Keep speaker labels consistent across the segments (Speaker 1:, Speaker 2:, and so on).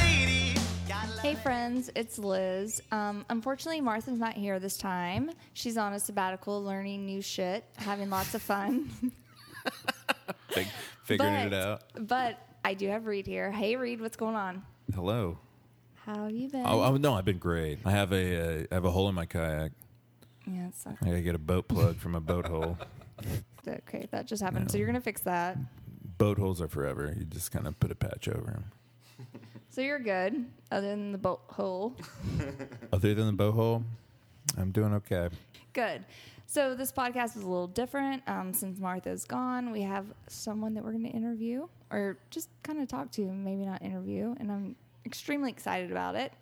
Speaker 1: Hey friends, it's Liz. Um, unfortunately, Martha's not here this time. She's on a sabbatical, learning new shit, having lots of fun.
Speaker 2: Fig- figuring
Speaker 1: but,
Speaker 2: it out.
Speaker 1: But I do have Reed here. Hey Reed, what's going on?
Speaker 2: Hello.
Speaker 1: How have you been?
Speaker 2: Oh, oh, no, I've been great. I have a uh, I have a hole in my kayak.
Speaker 1: yeah, it sucks.
Speaker 2: I gotta get a boat plug from a boat hole.
Speaker 1: Okay, that just happened. So you're gonna fix that.
Speaker 2: Boat holes are forever. You just kind of put a patch over them.
Speaker 1: So you're good, other than the boat hole.
Speaker 2: Other than the boat hole, I'm doing okay.
Speaker 1: Good. So this podcast is a little different. Um, since Martha's gone, we have someone that we're going to interview or just kind of talk to, maybe not interview. And I'm extremely excited about it.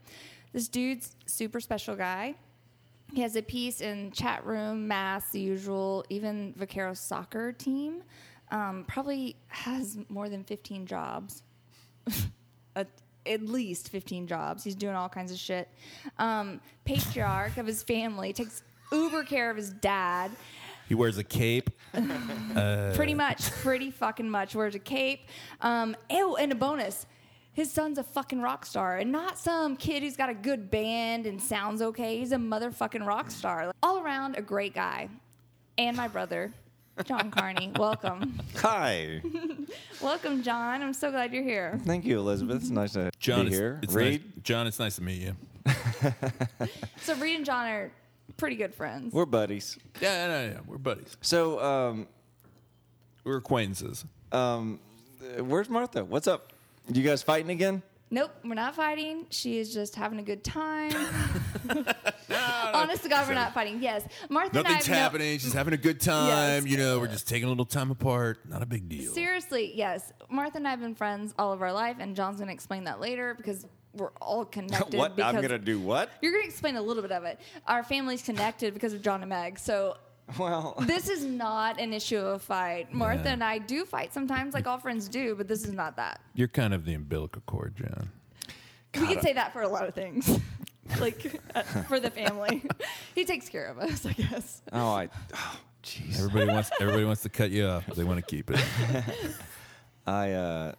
Speaker 1: This dude's super special guy. He has a piece in chat room, mass, the usual, even Vaquero's soccer team. Um, probably has more than 15 jobs at, at least 15 jobs. He's doing all kinds of shit. Um, patriarch of his family takes uber care of his dad.
Speaker 2: He wears a cape.
Speaker 1: Pretty much, pretty fucking much. Wears a cape. Um, ew, and a bonus. His son's a fucking rock star and not some kid who's got a good band and sounds okay. He's a motherfucking rock star. All around, a great guy. And my brother, John Carney. Welcome.
Speaker 3: Hi.
Speaker 1: Welcome, John. I'm so glad you're here.
Speaker 3: Thank you, Elizabeth. It's nice to
Speaker 2: John,
Speaker 3: be
Speaker 2: it's,
Speaker 3: here.
Speaker 2: it's
Speaker 3: Reed,
Speaker 2: nice, John, it's nice to meet you.
Speaker 1: So, Reed and John are pretty good friends.
Speaker 3: we're buddies.
Speaker 2: Yeah, yeah, yeah. We're buddies.
Speaker 3: So, um,
Speaker 2: We're acquaintances.
Speaker 3: um, uh, where's Martha? What's up? You guys fighting again?
Speaker 1: Nope, we're not fighting. She is just having a good time. Honest to God, we're not fighting. Yes, Martha and I.
Speaker 2: Nothing's
Speaker 1: have no-
Speaker 2: happening. She's having a good time.
Speaker 1: Yes.
Speaker 2: You know, we're just taking a little time apart. Not a big deal.
Speaker 1: Seriously, yes. Martha and I have been friends all of our life, and John's going to explain that later because we're all connected.
Speaker 3: what?
Speaker 1: Because
Speaker 3: I'm going to do what?
Speaker 1: You're going to explain a little bit of it. Our family's connected because of John and Meg. So
Speaker 3: Well,
Speaker 1: this is not an issue of a fight. Martha
Speaker 2: Yeah.
Speaker 1: and I do fight sometimes, like all friends do, but this is not that.
Speaker 2: You're kind of the umbilical cord, John.
Speaker 1: we could say that for a lot of things, like uh, for the family. he takes care of us, I guess.
Speaker 3: oh, I, oh, jeez.
Speaker 2: Everybody wants everybody wants to cut you off. They want to keep it.
Speaker 3: I, uh,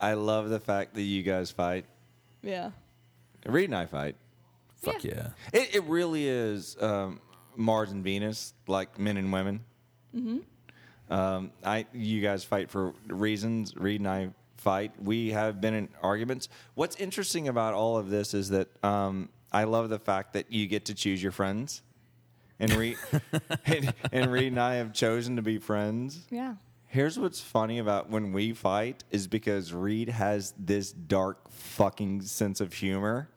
Speaker 3: I love the fact that you guys fight.
Speaker 1: Yeah.
Speaker 3: Reed and I fight.
Speaker 2: Fuck yeah.
Speaker 3: It, it really is um, Mars and Venus, like men and women. Mm-hmm. Um, I, you guys fight for reasons. Reed and I fight. We have been in arguments. What's interesting about all of this is that um, I love the fact that you get to choose your friends, and Reed and, and Reed and I have chosen to be friends.
Speaker 1: Yeah.
Speaker 3: Here's what's funny about when we fight is because Reed has this dark fucking sense of humor,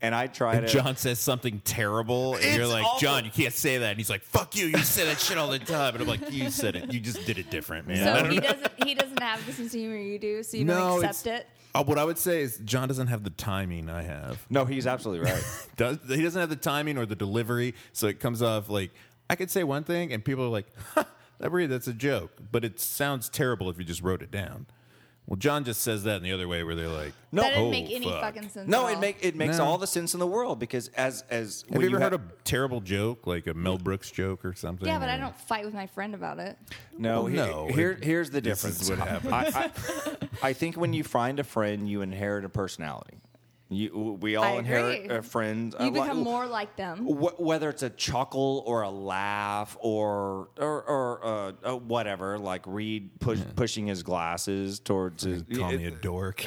Speaker 3: and I try to.
Speaker 2: John says something terrible, and you're
Speaker 3: It's
Speaker 2: like,
Speaker 3: awful.
Speaker 2: John, you can't say that. And he's like, fuck you, you say that shit all the time. And I'm like, you said it. You just did it different, man. I
Speaker 1: So
Speaker 2: don't
Speaker 1: he
Speaker 2: know.
Speaker 1: doesn't he doesn't have the sense of humor you do, so you don't accept it.
Speaker 2: Uh, what I would say is John doesn't have the timing I have.
Speaker 3: no, he's absolutely right.
Speaker 2: Does, he doesn't have the timing or the delivery, so it comes off like I could say one thing, and people are like, "Huh, "That really, that's a joke," but it sounds terrible if you just wrote it down. Well, John just says that in the other way, where they're like,
Speaker 3: No,
Speaker 1: that didn't
Speaker 2: oh,
Speaker 1: make any
Speaker 2: fuck.
Speaker 1: fucking sense.
Speaker 3: No,
Speaker 1: at
Speaker 3: it
Speaker 1: all.
Speaker 3: make it makes
Speaker 2: No.
Speaker 3: all the sense in the world because as as
Speaker 2: Have
Speaker 3: when
Speaker 2: you ever heard
Speaker 3: ha-
Speaker 2: a terrible joke, like a Mel Brooks joke or something?
Speaker 1: Yeah, but I
Speaker 2: or-
Speaker 1: don't fight with my friend about it.
Speaker 2: Well,
Speaker 3: no Oh, he-
Speaker 2: Oh, no,
Speaker 3: here
Speaker 2: it-
Speaker 3: here's the
Speaker 2: this
Speaker 3: difference
Speaker 2: is what happens.
Speaker 3: I, I, I think when you find a friend you inherit a personality you we all
Speaker 1: I
Speaker 3: inherit
Speaker 1: agree.
Speaker 3: a friend
Speaker 2: Uh,
Speaker 1: You
Speaker 3: a li-
Speaker 1: become more like them.
Speaker 3: wh- whether it's a chuckle or a laugh or or, or uh, uh, whatever like Reed push, pushing his glasses towards his
Speaker 2: Call
Speaker 3: it-
Speaker 2: me a dork.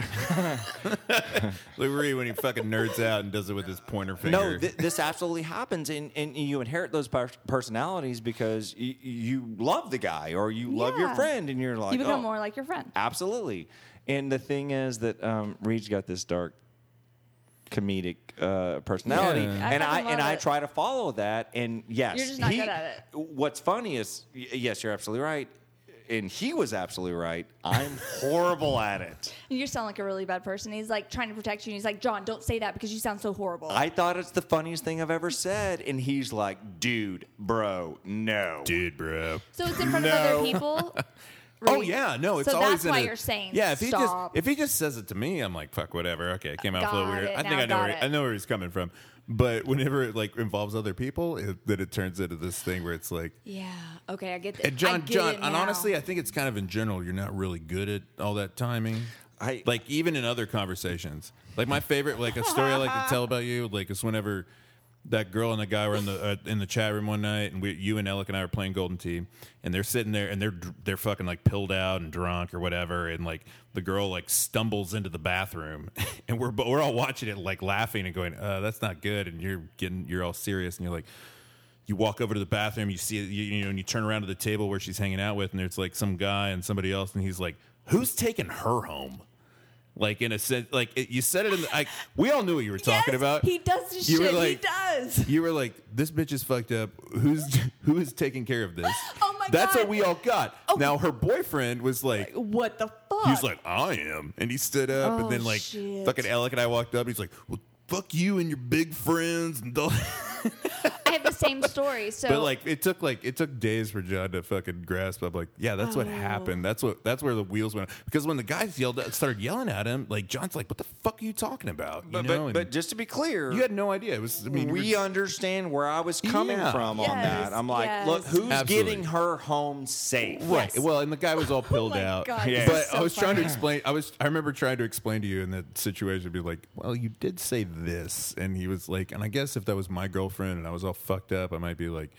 Speaker 2: Look, Ree, when he fucking nerds out and does it with his pointer finger.
Speaker 3: No, th- this absolutely happens, and, and you inherit those per- personalities because y- you love the guy or you love your
Speaker 1: Yeah.
Speaker 3: friend, and you're like,
Speaker 1: You become
Speaker 3: "Oh,
Speaker 1: more like your friend.
Speaker 3: absolutely. And the thing is that um, Reed's got this dark comedic uh, personality,
Speaker 2: Yeah.
Speaker 1: I
Speaker 3: and I
Speaker 1: fucking
Speaker 3: and
Speaker 1: love
Speaker 3: I
Speaker 1: it.
Speaker 3: try to follow that. And yes,
Speaker 1: You're just not good at it.
Speaker 3: What's funny is y- yes, you're absolutely right. And he was absolutely right. I'm horrible at it.
Speaker 1: And You sound like a really bad person. He's like trying to protect you. And he's like, John, don't say that because you sound so horrible.
Speaker 3: I thought it's the funniest thing I've ever said. And he's like, dude, bro, no.
Speaker 2: Dude, bro.
Speaker 1: so it's in front of
Speaker 3: No.
Speaker 1: other people.
Speaker 2: Oh
Speaker 1: Right?
Speaker 2: yeah, no, it's
Speaker 1: so
Speaker 2: always
Speaker 1: that's
Speaker 2: in
Speaker 1: why
Speaker 2: a-
Speaker 1: you're saying
Speaker 2: Yeah, if he just
Speaker 1: stop.
Speaker 2: if he just says it to me, I'm like, fuck, whatever. Okay, it came out a little
Speaker 1: Got
Speaker 2: weird.
Speaker 1: it,
Speaker 2: I think
Speaker 1: now
Speaker 2: I know
Speaker 1: got
Speaker 2: where,
Speaker 1: it.
Speaker 2: I know where he's coming from. But whenever it like involves other people, it, then it turns into this thing where it's like,
Speaker 1: yeah. Okay, I get that.
Speaker 2: and John,
Speaker 1: I get
Speaker 2: John,
Speaker 1: it
Speaker 2: and
Speaker 1: now.
Speaker 2: honestly, I think it's kind of in general, you're not really good at all that timing.
Speaker 3: I-
Speaker 2: like even in other conversations. Like my favorite, like a story I like to tell about you, like is whenever that girl and the guy were in the uh, in the chat room one night, and we, you and Alec and I were playing Golden Tee, and they're sitting there and they're they're fucking like pilled out and drunk or whatever, and like the girl like stumbles into the bathroom, and we're but we're all watching it like laughing and going, uh, "That's not good," and you're getting you're all serious, and you're like you walk over to the bathroom, you see, you, you know, and you turn around to the table where she's hanging out with, and there's like some guy and somebody else, and he's like, "Who's taking her home?" Like in a sense, like it, you said it in the, like we all knew what you were talking
Speaker 1: Yes,
Speaker 2: about.
Speaker 1: He does this
Speaker 2: You were
Speaker 1: shit. he
Speaker 2: like-
Speaker 1: does.
Speaker 2: You were like, "This bitch is fucked up. Who's who is taking care of this?"
Speaker 1: Oh my
Speaker 2: That's
Speaker 1: God. Oh.
Speaker 2: what we all got. Now her boyfriend was like,
Speaker 1: What the fuck?
Speaker 2: he was like, I am. And he stood up,
Speaker 1: Oh,
Speaker 2: and then, like,
Speaker 1: shit.
Speaker 2: fucking Alec and I walked up. He's like, Well, fuck you and your big friends. And all-
Speaker 1: I have the same story. So
Speaker 2: but, like, it took, like, it took days for John to fucking grasp. I'm like, yeah, that's what
Speaker 1: Oh.
Speaker 2: happened. That's what, that's where the wheels went. Because when the guys yelled, out- started yelling at him, like, John's like, what the fuck are you talking about? You
Speaker 3: But,
Speaker 2: know?
Speaker 3: but,
Speaker 2: And
Speaker 3: but just to be clear,
Speaker 2: you had no idea. It was, I mean, you were-
Speaker 3: we understand where I was coming
Speaker 2: Yeah.
Speaker 3: from on
Speaker 1: Yes,
Speaker 3: that. I'm like,
Speaker 1: yes.
Speaker 3: look, who's
Speaker 2: Absolutely.
Speaker 3: getting her home safe?
Speaker 2: Right.
Speaker 1: Yes.
Speaker 2: Well, and the guy was all pilled
Speaker 1: Oh my
Speaker 2: out.
Speaker 1: God,
Speaker 3: Yeah.
Speaker 1: this
Speaker 2: But
Speaker 1: is
Speaker 2: I
Speaker 1: so
Speaker 2: was trying to
Speaker 1: funny.
Speaker 2: explain. I was. I remember trying to explain to you in that situation, be like, "Well, you did say this," and he was like, "And I guess if that was my girlfriend and I was all fucked up, I might be like,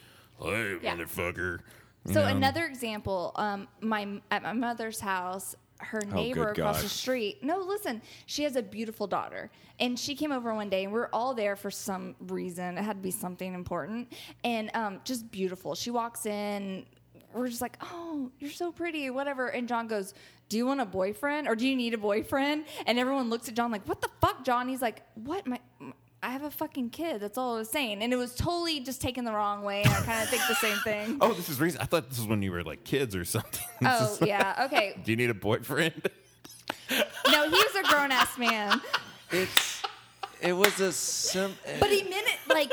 Speaker 2: hey,
Speaker 1: Yeah.
Speaker 2: motherfucker." You
Speaker 1: So
Speaker 2: know?
Speaker 1: another example, um, my at my mother's house, her
Speaker 2: Oh,
Speaker 1: neighbor
Speaker 3: good
Speaker 1: across
Speaker 3: God.
Speaker 1: the street. No, listen, she has a beautiful daughter, and she came over one day, and we are all there for some reason. It had to be something important, and um, just beautiful. She walks in. We're just like, oh, you're so pretty, whatever. And John goes, Do you want a boyfriend or do you need a boyfriend? And everyone looks at John like, What the fuck, John? He's like, What? My, I have a fucking kid. That's all I was saying. And it was totally just taken the wrong way. And I kind of think the same thing.
Speaker 2: Oh, this is reason. I thought this was when you were like kids or something.
Speaker 1: Oh yeah, okay.
Speaker 2: Do you need a boyfriend?
Speaker 1: No, he was a grown ass man,
Speaker 3: It's it was a sim.
Speaker 1: but he meant it like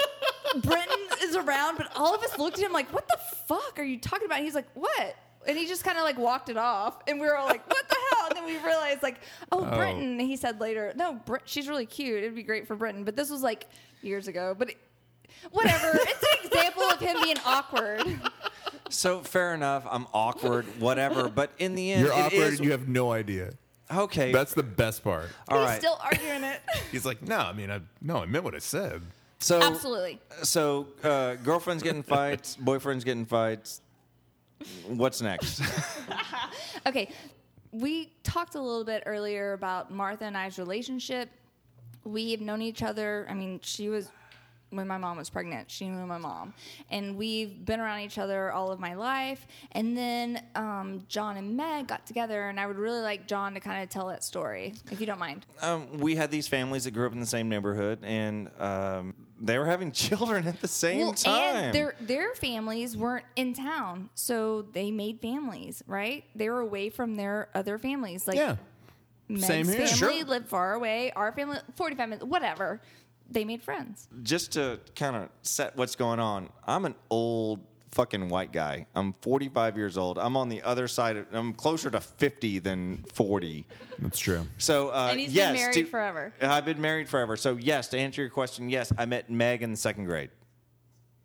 Speaker 1: Brenton is around. But all of us looked at him like, "What the fuck are you talking about?" And he's like, "What?" And he just kind of like walked it off, and we were all like, "What the hell?" And then we realized like, "Oh,
Speaker 2: Oh.
Speaker 1: Brenton." He said later, "No, Br- she's really cute. It'd be great for Brenton." But this was like years ago. But it, whatever, it's an example of him being awkward.
Speaker 3: So fair enough. I'm awkward, whatever. But in the end,
Speaker 2: You're
Speaker 3: it
Speaker 2: awkward
Speaker 3: is-
Speaker 2: and you have no idea.
Speaker 3: okay.
Speaker 2: That's the best part.
Speaker 3: all
Speaker 1: he's
Speaker 3: right.
Speaker 1: still arguing it.
Speaker 2: He's like, "No, I mean, I no, I meant what I said."
Speaker 3: so
Speaker 1: Absolutely.
Speaker 3: So uh, girlfriends getting fights, boyfriends getting fights. What's next?
Speaker 1: Okay. We talked a little bit earlier about Martha and I's relationship. We've known each other. I mean, she was when my mom was pregnant, she knew my mom. And we've been around each other all of my life. And then um, John and Meg got together, and I would really like John to kind of tell that story, if you don't mind.
Speaker 3: um, we had these families that grew up in the same neighborhood, and um, they were having children at the same time.
Speaker 1: and their their families weren't in town, so they made families, right? They were away from their other families. Like
Speaker 2: Yeah.
Speaker 1: Meg's
Speaker 2: Same here.
Speaker 1: family
Speaker 3: Sure.
Speaker 1: lived far away. Our family, 45 minutes, whatever. They made friends.
Speaker 3: just to kind of set what's going on, I'm an old fucking white guy. I'm 45 years old. I'm on the other side. Of, I'm closer to 50 than 40.
Speaker 2: That's true.
Speaker 3: So uh,
Speaker 1: And he's been
Speaker 3: yes,
Speaker 1: married
Speaker 3: to-
Speaker 1: forever.
Speaker 3: I've been married forever. So yes, to answer your question, yes, I met Meg in the second grade.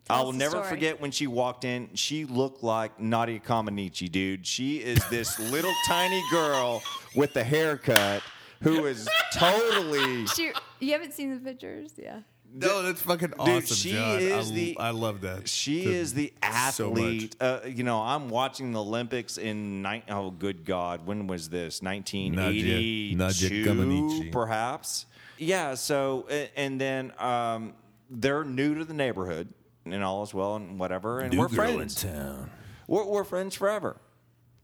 Speaker 1: Tell
Speaker 3: I
Speaker 1: us
Speaker 3: will
Speaker 1: the
Speaker 3: never
Speaker 1: story.
Speaker 3: forget when she walked in. She looked like Nadia Comaneci, dude. She is this little tiny girl with the haircut who is totally.
Speaker 1: She, you haven't seen the pictures, yeah.
Speaker 2: No, that's fucking awesome.
Speaker 3: she
Speaker 2: John.
Speaker 3: is
Speaker 2: I,
Speaker 3: the-
Speaker 2: I love that.
Speaker 3: She
Speaker 2: to-
Speaker 3: is the
Speaker 2: so much.
Speaker 3: athlete. uh, you know, I'm watching the Olympics in nine oh good God, when was this?
Speaker 2: Nadia-
Speaker 3: 1982,
Speaker 2: Nadia Comaneci.
Speaker 3: perhaps. Yeah. So, a- and then um, they're new to the neighborhood, and all is well, and whatever, and
Speaker 2: New
Speaker 3: we're
Speaker 2: girl in
Speaker 3: friends.
Speaker 2: town.
Speaker 3: We're, we're friends forever.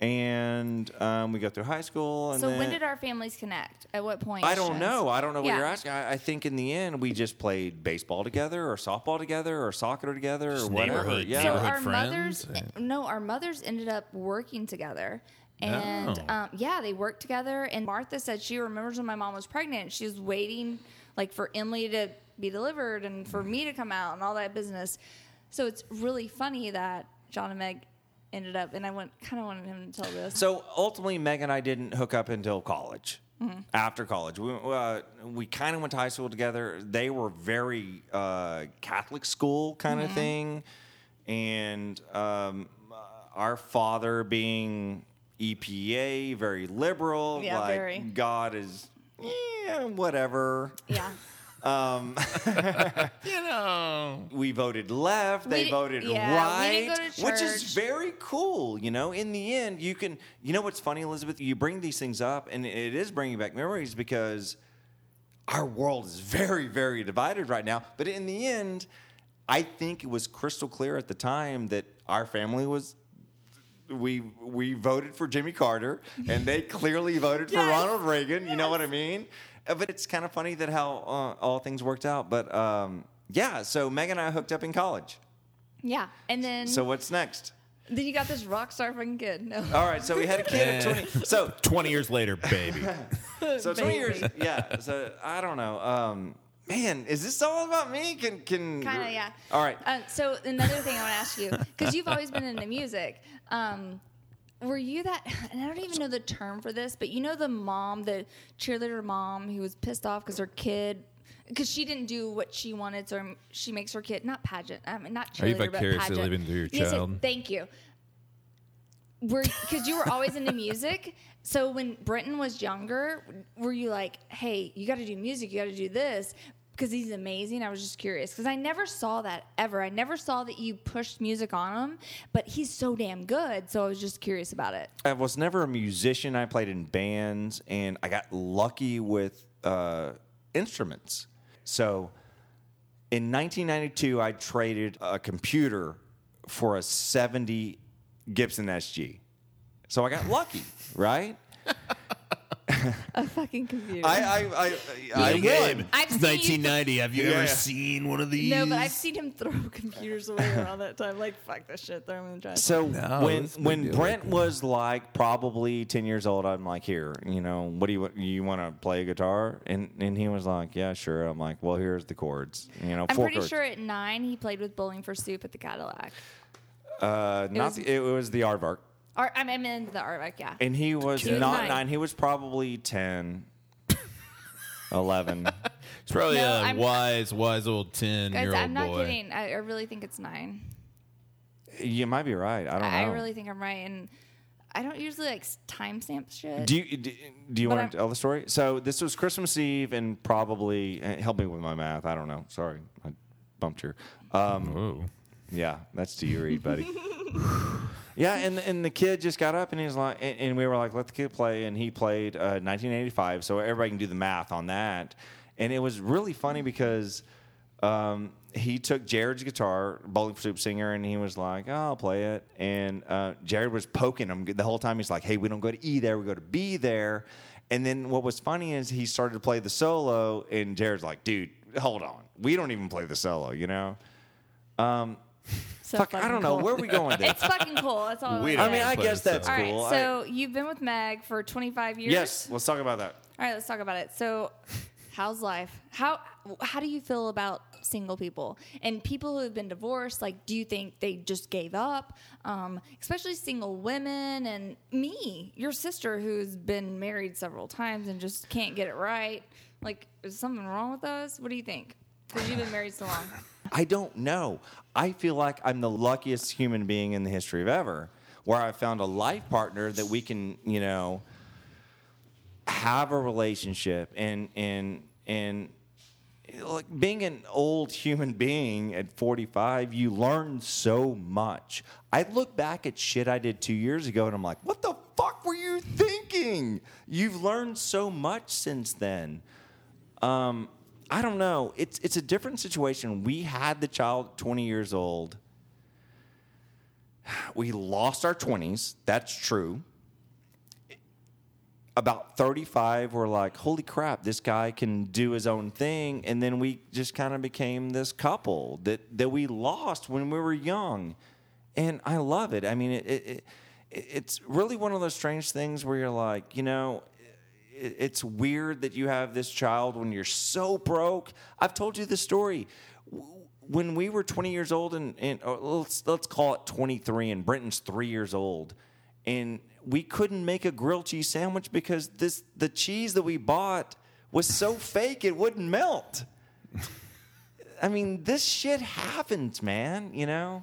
Speaker 3: And um, we go through high school. And
Speaker 1: So
Speaker 3: then,
Speaker 1: when did our families connect? At what point?
Speaker 3: I don't know. I don't know what
Speaker 1: Yeah.
Speaker 3: you're asking. I, I think in the end we just played baseball together, or softball together, or soccer together, or whatever.
Speaker 2: neighborhood-
Speaker 3: yeah.
Speaker 1: So
Speaker 2: Neighborhood
Speaker 1: our mothers,
Speaker 2: friends?
Speaker 1: no, our mothers ended up working together. And
Speaker 2: Oh.
Speaker 1: um, yeah, they worked together. And Martha said she remembers when my mom was pregnant. She was waiting, like, for Emily to be delivered and for me to come out and all that business. So it's really funny that John and Meg ended up, and I went kind of wanted him to tell this.
Speaker 3: So ultimately, Meg and I didn't hook up until college.
Speaker 1: Mm-hmm.
Speaker 3: After college, we uh, we kind of went to high school together. They were very uh, Catholic school kind
Speaker 1: Mm-hmm.
Speaker 3: of thing, and um, uh, our father being EPA, very liberal,
Speaker 1: Yeah,
Speaker 3: like
Speaker 1: very.
Speaker 3: God is yeah, whatever.
Speaker 1: yeah,
Speaker 2: You know.
Speaker 3: we voted left, they
Speaker 1: di-
Speaker 3: voted
Speaker 1: yeah, we
Speaker 3: right,
Speaker 1: didn't go to
Speaker 3: which is
Speaker 1: church.
Speaker 3: very cool. You know, in the end, you can, you know what's funny, Elizabeth? You bring these things up, and it is bringing back memories because our world is very, very divided right now. But in the end, I think it was crystal clear at the time that our family was. We we voted for Jimmy Carter, and they clearly voted for
Speaker 1: Yes.
Speaker 3: Ronald Reagan. You know what I mean? Uh, But it's kind of funny that how uh, all things worked out. But um, yeah, so Meg and I hooked up in college.
Speaker 1: yeah. And then
Speaker 3: So what's next?
Speaker 1: then you got this rock star fucking kid. No,
Speaker 3: All right, so we had a kid at
Speaker 2: Yeah.
Speaker 3: twenty. So
Speaker 2: 20 years later, baby.
Speaker 3: so twenty years.
Speaker 1: Baby.
Speaker 3: Yeah. So I don't know. Um, man, is this all about me? Can can
Speaker 1: kind of yeah.
Speaker 3: All right.
Speaker 1: Uh, so another thing I want to ask you, because you've always been into music. Um, were you that? And I don't even know the term for this, but you know the mom, the cheerleader mom, who was pissed off because her kid. Because she didn't do what she wanted, so she makes her kid not pageant. I mean, not cheerleader,
Speaker 2: Are you
Speaker 1: but
Speaker 2: vicariously
Speaker 1: pageant.
Speaker 2: living through your
Speaker 1: Yes, it-
Speaker 2: child?
Speaker 1: thank you. Were because you were always into music. So when Brenton was younger, were you like, "Hey, you got to do music. You got to do this." Because he's amazing. I was just curious because I never saw that ever. I never saw that you pushed music on him, but he's so damn good. So I was just curious about it.
Speaker 3: I was never a musician. I played in bands, and I got lucky with uh, instruments. So, in 1992, I traded a computer for a 70 Gibson SG. So I got lucky, right?
Speaker 1: A fucking computer.
Speaker 3: I I I, I,
Speaker 2: Hey,
Speaker 3: won.
Speaker 2: Gabe,
Speaker 1: I've
Speaker 2: it's
Speaker 1: seen you-
Speaker 2: 1990. Have you
Speaker 3: Yeah.
Speaker 2: ever seen one of these?
Speaker 1: no, but I've seen him throw computers away around that time. Like, fuck this shit. Throw him in the trash.
Speaker 3: So
Speaker 2: No,
Speaker 3: when
Speaker 2: it's a big
Speaker 3: when
Speaker 2: deal
Speaker 3: Brent was like probably ten years old, I'm like, here, you know, what do you you want to play guitar? And and he was like, yeah, sure. I'm like, well, here's the chords, you know,
Speaker 1: I'm
Speaker 3: four
Speaker 1: pretty
Speaker 3: chords.
Speaker 1: sure at nine he played with Bowling for Soup at the Cadillac.
Speaker 3: uh, not
Speaker 1: was-
Speaker 3: the, it was the aardvark,
Speaker 1: Or I mean, in the Arvok, yeah.
Speaker 3: and he was
Speaker 1: He was
Speaker 3: not
Speaker 1: nine.
Speaker 3: nine. He was probably 10, 11.
Speaker 2: it's probably
Speaker 1: No,
Speaker 2: a
Speaker 1: I'm-
Speaker 2: wise, wise old 10
Speaker 1: Guys,
Speaker 2: year old boy.
Speaker 1: I'm not kidding. I, I really think it's nine.
Speaker 3: you might be right. I don't
Speaker 1: I, I
Speaker 3: know.
Speaker 1: really think I'm right, and I don't usually like s- timestamp shit.
Speaker 3: do you do, do you
Speaker 1: But
Speaker 3: want
Speaker 1: I'm-
Speaker 3: to tell the story? So this was Christmas Eve, and probably eh, help me with my math. I don't know. Sorry, I bumped your. Um,
Speaker 2: Whoa.
Speaker 3: Yeah, that's to you read, buddy. yeah, and and the kid just got up and he's like, and, and we were like, let the kid play, and he played uh, 1985, so everybody can do the math on that. And it was really funny because um, he took Jared's guitar, Bowling for Soup singer, and he was like, oh, I'll play it. And uh, Jared was poking him the whole time. He's like, hey, we don't go to E there, we go to B there. And then what was funny is he started to play the solo, and Jared's like, dude, hold on, we don't even play the solo, you know.
Speaker 1: So
Speaker 3: Fuck, I
Speaker 1: fucking
Speaker 3: don't know.
Speaker 1: cool.
Speaker 3: Where are we going there?
Speaker 1: It's fucking cool. That's all.
Speaker 2: We
Speaker 1: I,
Speaker 2: don't
Speaker 1: wanna
Speaker 3: I mean,
Speaker 1: say.
Speaker 3: I
Speaker 2: play
Speaker 3: guess
Speaker 2: the
Speaker 3: that's
Speaker 1: all right.
Speaker 3: cool. I-
Speaker 1: So you've been with Meg for 25 years.
Speaker 3: yes, let's talk about that.
Speaker 1: All right, let's talk about it. So, how's life? How how do you feel about single people and people who have been divorced? Like, do you think they just gave up? Um, especially single women and me, your sister, who's been married several times and just can't get it right. Like, is something wrong with us? What do you think? Because you've been married so long.
Speaker 3: I don't know. I feel like I'm the luckiest human being in the history of ever, where I found a life partner that we can, you know, have a relationship and and and like being an old human being at 45 you learn so much i look back at shit i did two years ago and i'm like what the fuck were you thinking you've learned so much since then I don't know. It's it's a different situation. We had the child 20 years old. We lost our 20s. That's true. About 35, we're like, holy crap, this guy can do his own thing. And then we just kind of became this couple that, that we lost when we were young. And I love it. I mean, it, it, it, it's really one of those strange things where you're like, you know, it- it's weird that you have this child when you're so broke. I've told you the story. W- when we were 20 years old and, and or let's let's call it 23 and Brenton's 3 years old and we couldn't make a grilled cheese sandwich because this the cheese that we bought was so fake it wouldn't melt. I mean, this shit happens, man, you know?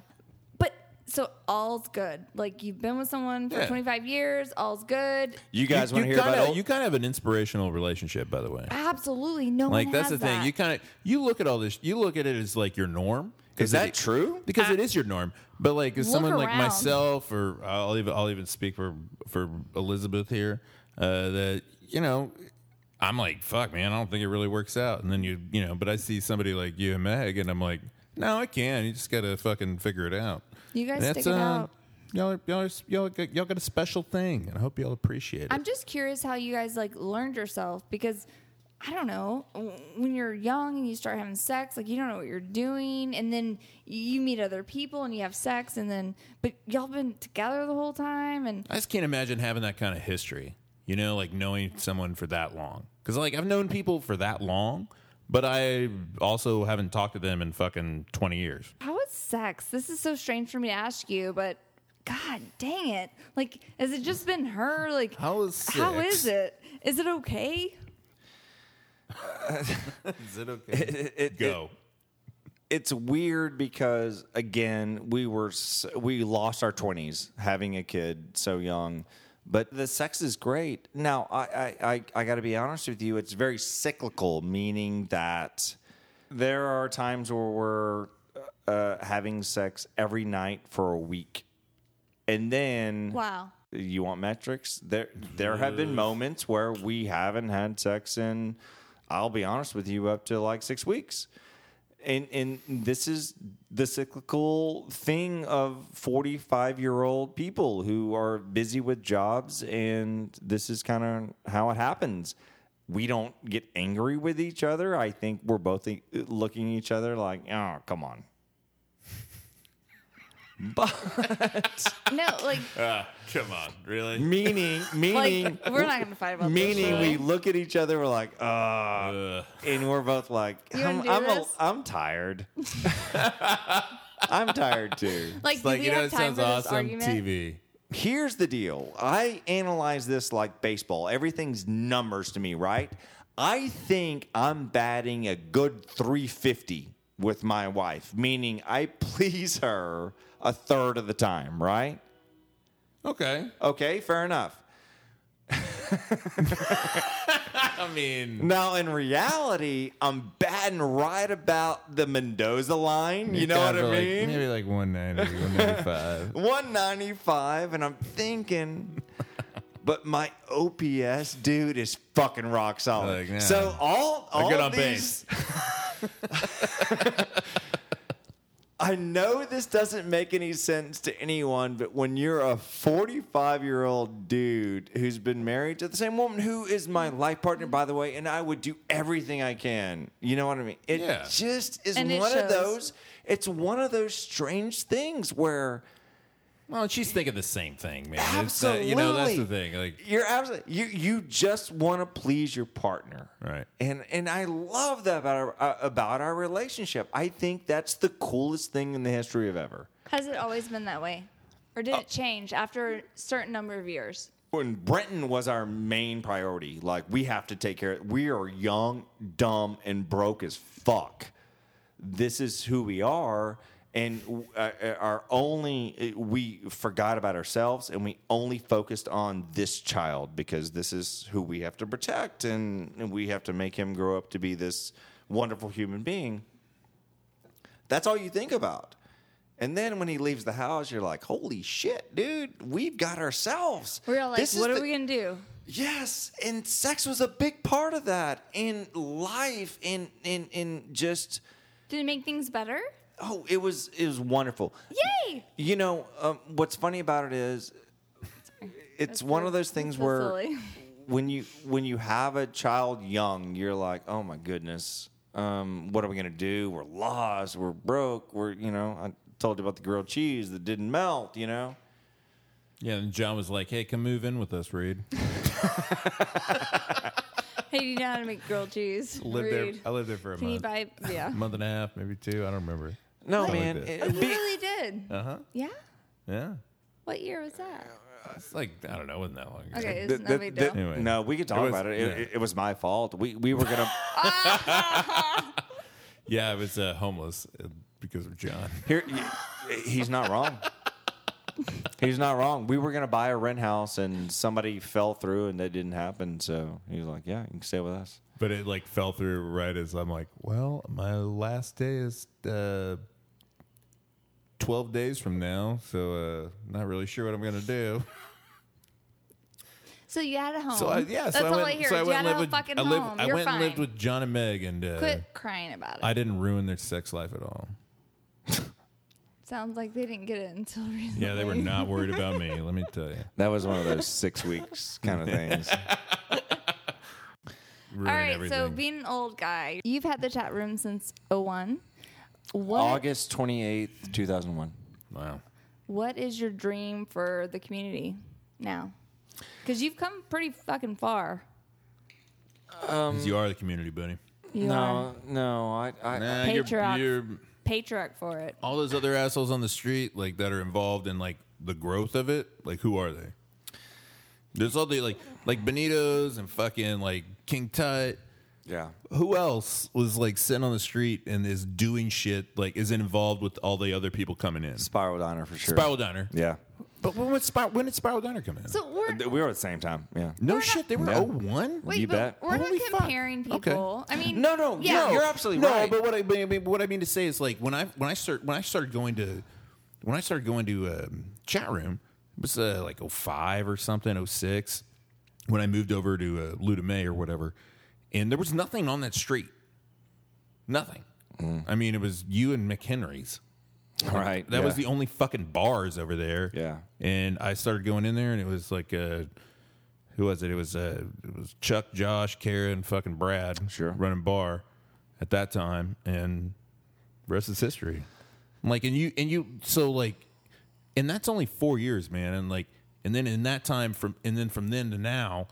Speaker 1: But so all's good. Like you've been with someone for
Speaker 2: Yeah.
Speaker 1: 25 years, all's good.
Speaker 3: You guys want to hear
Speaker 2: kinda,
Speaker 3: about old
Speaker 2: You kind of have an inspirational relationship, by the way.
Speaker 1: Absolutely, no
Speaker 2: Like
Speaker 1: one
Speaker 2: that's the
Speaker 1: has
Speaker 2: thing.
Speaker 1: that.
Speaker 2: You kind of you look at all this. You look at it as like your norm. 'Cause
Speaker 3: Is that
Speaker 2: it-
Speaker 3: true?
Speaker 2: Because it is your norm. But like as
Speaker 1: Uh, Look
Speaker 2: someone like
Speaker 1: around.
Speaker 2: myself, or I'll even I'll even speak for for Elizabeth here, uh, that you know. I'm like, fuck, man. I don't think it really works out. And then you, you know, but I see somebody like you and Meg, and I'm like, no, I can. You just gotta fucking figure it out.
Speaker 1: You guys
Speaker 2: And
Speaker 1: stick it out.
Speaker 2: Y'all, are, y'all, are, y'all, got, y'all got a special thing, and I hope y'all appreciate it.
Speaker 1: I'm just curious how you guys like learned yourself because I don't know w- when you're young and you start having sex, like you don't know what you're doing, and then you meet other people and you have sex, and then but y'all been together the whole time, and
Speaker 2: I just can't imagine having that kind of history. You know, like knowing someone for that long. Because like I've known people for that long, but I also haven't talked to them in fucking twenty years.
Speaker 1: how is sex? This is so strange for me to ask you, but God dang it! Like, has it just been her? Like,
Speaker 2: How is
Speaker 1: how
Speaker 2: sex?
Speaker 1: is it? Is it okay?
Speaker 2: Is it okay?
Speaker 3: it, it-
Speaker 2: Go.
Speaker 3: it's weird because again we were s- we lost our 20s having a kid so young but the sex is great now i i i, I got to be honest with you it's very cyclical meaning that there are times where we're uh, having sex every night for a week and then
Speaker 1: Wow.
Speaker 3: you want metrics there there have been moments where we haven't had sex in i'll be honest with you up to like six weeks and and this is the cyclical thing of 45 year old people who are busy with jobs and this is kind of how it happens we don't get angry with each other i think we're both e- looking at each other like oh come on
Speaker 1: No, like,
Speaker 2: come on, really?
Speaker 3: meaning meaning
Speaker 1: like we're not gonna fight about this,
Speaker 3: meaning
Speaker 1: really.
Speaker 3: we look at each other we're like uh and we're both like,
Speaker 1: You
Speaker 3: I'm,
Speaker 1: wanna do
Speaker 3: I'm, a,
Speaker 1: this?
Speaker 3: I'm tired. I'm tired too.
Speaker 1: Like,
Speaker 2: It's
Speaker 1: do
Speaker 2: like
Speaker 1: we
Speaker 2: you know,
Speaker 1: have
Speaker 2: it
Speaker 1: time
Speaker 2: sounds
Speaker 1: for this
Speaker 2: awesome.
Speaker 1: argument?
Speaker 2: TV.
Speaker 3: Here's the deal I analyze this like baseball, everything's numbers to me, right? I think I'm batting a good 350 with my wife, meaning I please her a third of the time, right?
Speaker 2: Okay.
Speaker 3: Okay, fair enough.
Speaker 2: I mean,
Speaker 3: Now, in reality, I'm batting right about the Mendoza line. You know what I
Speaker 2: kinda like-
Speaker 3: mean?
Speaker 2: maybe like one ninety, one ninety five.
Speaker 3: 195 and I'm thinking but my OPS dude is fucking rock solid.
Speaker 2: Like, yeah.
Speaker 3: So all all
Speaker 2: good on
Speaker 3: these, I know this doesn't make any sense to anyone, but when you're a 45 year old dude who's been married to the same woman who is my life partner, by the way, and I would do everything I can. You know what I mean? It
Speaker 2: Yeah.
Speaker 3: just is
Speaker 1: And it
Speaker 3: one
Speaker 1: shows.
Speaker 3: of those. It's one of those strange things where.
Speaker 2: Well, she's thinking the same thing, man. It's, uh, you know, that's the
Speaker 3: Absolutely.
Speaker 2: thing. Like,
Speaker 3: You're absolutely you. You just want to please your partner,
Speaker 2: Right.
Speaker 3: And and I love that about our, uh, about our relationship. I think that's the coolest thing in the history of ever.
Speaker 1: Has it always been that way? Or
Speaker 2: Oh.
Speaker 1: did it change after a certain number of years?
Speaker 3: When Brenton was our main priority, like we have to take care. of We are young, dumb, and broke as fuck. This is who we are. And uh, uh, our only, uh, we forgot about ourselves and we only focused on this child because this is who we have to protect and and we have to make him grow up to be this wonderful human being. That's all you think about. And then when he leaves the house, you're like, holy shit, dude, we've got ourselves.
Speaker 1: We We're like,
Speaker 3: This is
Speaker 1: what are
Speaker 3: the-
Speaker 1: we gonna do?
Speaker 3: Yes, and sex was a big part of that, and life, and and and just
Speaker 1: Did it make things better?
Speaker 3: oh, it was it was wonderful.
Speaker 1: Yay!
Speaker 3: You know um, what's funny about it is, it's one of those things
Speaker 1: so
Speaker 3: where
Speaker 1: silly.
Speaker 3: when you when you have a child young, you're like, oh my goodness, um, what are we gonna do? We're lost. We're broke. We're you know I told you about the grilled cheese that didn't melt. You know.
Speaker 2: yeah. And John was like, "Hey, come move in with us, Reed."
Speaker 1: Hey, do you know how to make grilled cheese?
Speaker 2: lived
Speaker 1: Rude.
Speaker 2: there. I lived there for a
Speaker 1: Can you
Speaker 2: month,
Speaker 1: buy? Yeah.
Speaker 2: a month and a half, maybe two. I don't remember.
Speaker 3: No,
Speaker 2: Something
Speaker 3: man.
Speaker 2: like that.
Speaker 1: I
Speaker 3: it- be-
Speaker 1: literally did.
Speaker 2: Uh huh.
Speaker 1: Yeah.
Speaker 2: Yeah.
Speaker 1: What year was that?
Speaker 2: It's like I don't know. It wasn't that long ago.
Speaker 1: Okay, it's
Speaker 3: th-
Speaker 1: no
Speaker 3: th-
Speaker 1: big deal.
Speaker 3: th-
Speaker 2: Anyway.
Speaker 3: No, we could talk
Speaker 2: was-
Speaker 3: about it. It,
Speaker 2: yeah.
Speaker 3: it. it was my fault. We we were gonna.
Speaker 2: Yeah, I was uh, homeless uh, because of John.
Speaker 3: Here, he's not wrong. He's not wrong. We were gonna buy a rent house, and somebody fell through, and that didn't happen. So he was like, "Yeah, you can stay with us."
Speaker 2: But it like fell through right as I'm like, well, my last day is uh, 12 days from now, so uh, not really sure what I'm gonna do.
Speaker 1: So you had a home.
Speaker 2: So I, yeah,
Speaker 1: That's
Speaker 2: so I
Speaker 1: all
Speaker 2: went,
Speaker 1: I hear.
Speaker 2: So I
Speaker 1: you
Speaker 2: went
Speaker 1: had
Speaker 2: and
Speaker 1: a
Speaker 2: lived with,
Speaker 1: fucking
Speaker 2: I lived,
Speaker 1: home.
Speaker 2: I
Speaker 1: You're
Speaker 2: went
Speaker 1: fine.
Speaker 2: and lived with John and Meg, and uh,
Speaker 1: Quit crying about it.
Speaker 2: I didn't ruin their sex life at all.
Speaker 1: Sounds like they didn't get it until recently.
Speaker 2: Yeah, they were not worried about me. Let me tell you,
Speaker 3: That was one of those six weeks kind of things.
Speaker 2: ruined
Speaker 1: All right,
Speaker 2: everything.
Speaker 1: so being an old guy, you've had the chat room since 01. What
Speaker 3: August twenty eighth, two thousand one.
Speaker 2: wow.
Speaker 1: what is your dream for the community now? Because you've come pretty fucking far.
Speaker 2: 'Cause you are the community, buddy.
Speaker 1: You are
Speaker 3: No, no, I, I,
Speaker 2: Nah,
Speaker 1: Patriarch.
Speaker 2: You're, you're
Speaker 1: patriarch for it.
Speaker 2: all those other assholes on the street like that are involved in like the growth of it like who are they there's all the like like benitos and fucking like king tut
Speaker 3: yeah.
Speaker 2: who else was like sitting on the street and is doing shit like is involved with all the other people coming in
Speaker 3: Spiral diner for sure.
Speaker 2: spiral diner
Speaker 3: Yeah,
Speaker 2: but when would spiral when did spiral diner come in
Speaker 1: So we're
Speaker 3: we were at the same time. Yeah.
Speaker 2: no shit they were
Speaker 3: No.
Speaker 2: 01
Speaker 1: wait,
Speaker 3: you
Speaker 1: but
Speaker 3: bet.
Speaker 1: we're
Speaker 2: Holy
Speaker 1: not
Speaker 2: fuck.
Speaker 1: comparing
Speaker 2: Okay.
Speaker 1: people. I mean,
Speaker 3: No, no,
Speaker 1: yeah,
Speaker 3: no. You're absolutely
Speaker 2: no,
Speaker 3: right.
Speaker 2: but what I mean, I mean- what I mean to say is like when I when I start when I started going to when I started going to um, chat room it was uh, like 05 or something 06 when I moved over to uh, Ludemet or whatever, and there was nothing on that street, nothing. I mean, it was you and McHenry's.
Speaker 3: All right.
Speaker 2: That
Speaker 3: yeah.
Speaker 2: was the only fucking bars over there.
Speaker 3: Yeah.
Speaker 2: And I started going in there, and it was like, uh, who was it? It was uh, it was Chuck, Josh, Kara, and fucking Brad.
Speaker 3: Sure.
Speaker 2: Running bar at that time, and the rest is history. I'm like, and you and you so like, and that's only four years, man. And like, and then in that time from and then from then to now,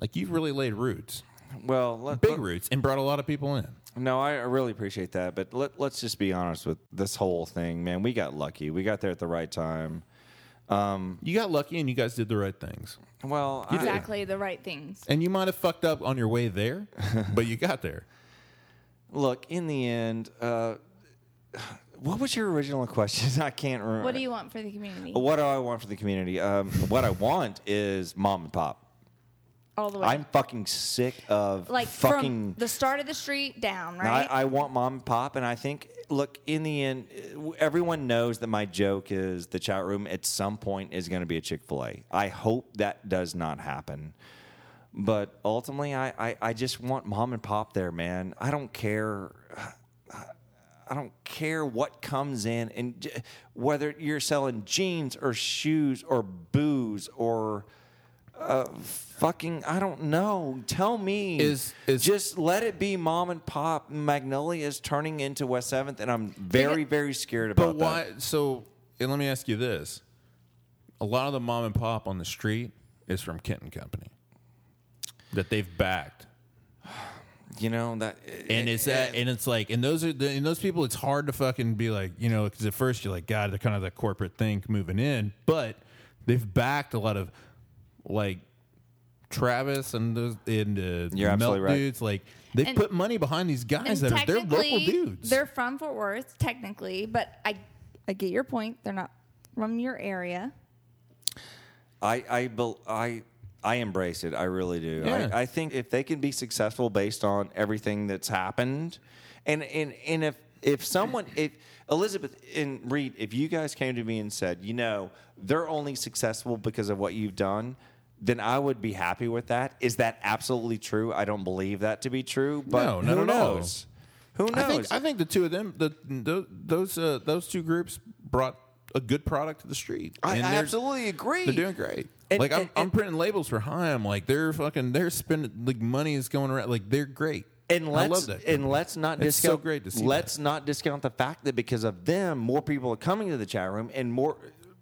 Speaker 2: like you've really laid roots,
Speaker 3: well. Let,
Speaker 2: big roots, and brought a lot of people in.
Speaker 3: No, I I really appreciate that, but let, let's just be honest with this whole thing, man. We got lucky. We got there at the right time.
Speaker 2: You got lucky, and you guys did the right things.
Speaker 3: Well, I-
Speaker 1: exactly the right things.
Speaker 2: And you might have fucked up on your way there, but you got there.
Speaker 3: look, in the end, uh, what was your original question? I can't remember.
Speaker 1: What do you want for the community?
Speaker 3: What do I want for the community? Um, what I want is mom and pop.
Speaker 1: All the way,
Speaker 3: I'm fucking sick of
Speaker 1: like
Speaker 3: fucking.
Speaker 1: from the start of the street down,
Speaker 3: No,
Speaker 1: right?
Speaker 3: I, I want mom and pop, and I think, look, in the end, w- everyone knows that my joke is the chat room at some point is going to be a Chick fil A. I hope that does not happen. But ultimately, I, I, I just want mom and pop there, man. I don't care. I don't care what comes in, and j- whether you're selling jeans or shoes or booze or uh, fucking I don't know. Tell me.
Speaker 2: Is- is-
Speaker 3: just let it be mom and pop. Magnolia is turning into West Seventh, and I'm very very scared about
Speaker 2: But why? So, and let me ask you this: a lot of the mom and pop on the street is from Kenton Company that they've backed,
Speaker 3: that. You know that.
Speaker 2: and it's that, and it's like, and those are the, and those people. It's hard to fucking be like, you know, because at first you're like, God, they're kind of the corporate thing moving in, but they've backed a lot of like. Travis and those and uh,
Speaker 3: You're
Speaker 2: Melt
Speaker 3: absolutely right.
Speaker 2: dudes like they
Speaker 1: And-
Speaker 2: put money behind these guys that are they're local
Speaker 1: technically,
Speaker 2: dudes.
Speaker 1: They're from Fort Worth, technically, but I I get your point. They're not from your area.
Speaker 3: I I bel- I I embrace it. I really do.
Speaker 2: Yeah.
Speaker 3: I, I think if they can be successful based on everything that's happened, and and and if if someone if Elizabeth and Reed, if you guys came to me and said, you know, they're only successful because of what you've done. Then I would be happy with that. Is that absolutely true? I don't believe that to be true, but
Speaker 2: No, not
Speaker 3: who
Speaker 2: at all.
Speaker 3: knows? Who knows?
Speaker 2: I think I think the two of them, the, tho- those uh, those two groups brought a good product to the street.
Speaker 3: I-
Speaker 2: And
Speaker 3: I
Speaker 2: they're-
Speaker 3: absolutely agree.
Speaker 2: They're doing great.
Speaker 3: And-
Speaker 2: like I'm,
Speaker 3: and-
Speaker 2: I'm printing labels for Haim. Like they're fucking, they're spending like money is going around. Like they're great.
Speaker 3: And
Speaker 2: I
Speaker 3: let's
Speaker 2: love that.
Speaker 3: and let's not
Speaker 2: It's so
Speaker 3: discount.
Speaker 2: great to see
Speaker 3: Let's not discount the fact that because of them, more people are coming to the chat room, and more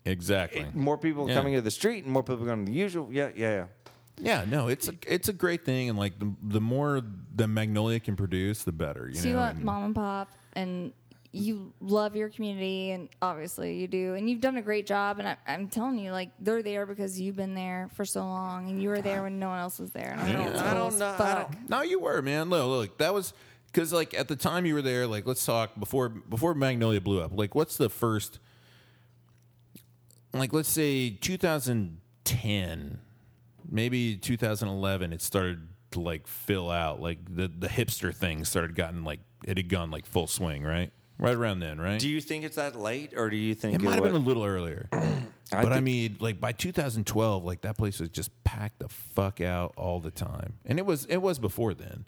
Speaker 2: exactly.
Speaker 3: more people are
Speaker 2: Yeah.
Speaker 3: coming to the street, and more people are going to the usual. Yeah, yeah, yeah.
Speaker 2: Yeah, no, it's a, it's a great thing, and like the, the more the Magnolia can produce, the better. You
Speaker 1: So you
Speaker 2: know,
Speaker 1: want
Speaker 2: and-
Speaker 1: uh, mom and pop, and you love your community, and obviously you do, and you've done a great job. And I, I'm telling you, like they're there because you've been there for so long, and you were there when no one else was there. And I, think
Speaker 2: don't-
Speaker 1: it's
Speaker 2: I
Speaker 1: cool
Speaker 3: don't
Speaker 1: as
Speaker 3: know- I
Speaker 1: fuck.
Speaker 3: don't-
Speaker 2: No, you were, man. Look, look that was because like at the time you were there. Like, let's talk before before Magnolia blew up. Like, what's the first? Like, let's say 2010, maybe 2011. It started to like fill out. Like the the hipster thing started gotten like it had gone like full swing. Right, right around then. Right.
Speaker 3: Do you think it's that late, or do you think
Speaker 2: it might have
Speaker 3: wa-
Speaker 2: been a little earlier.
Speaker 3: I
Speaker 2: but I
Speaker 3: think-
Speaker 2: mean, like by 2012, like that place was just packed the fuck out all the time, and it was it was before then.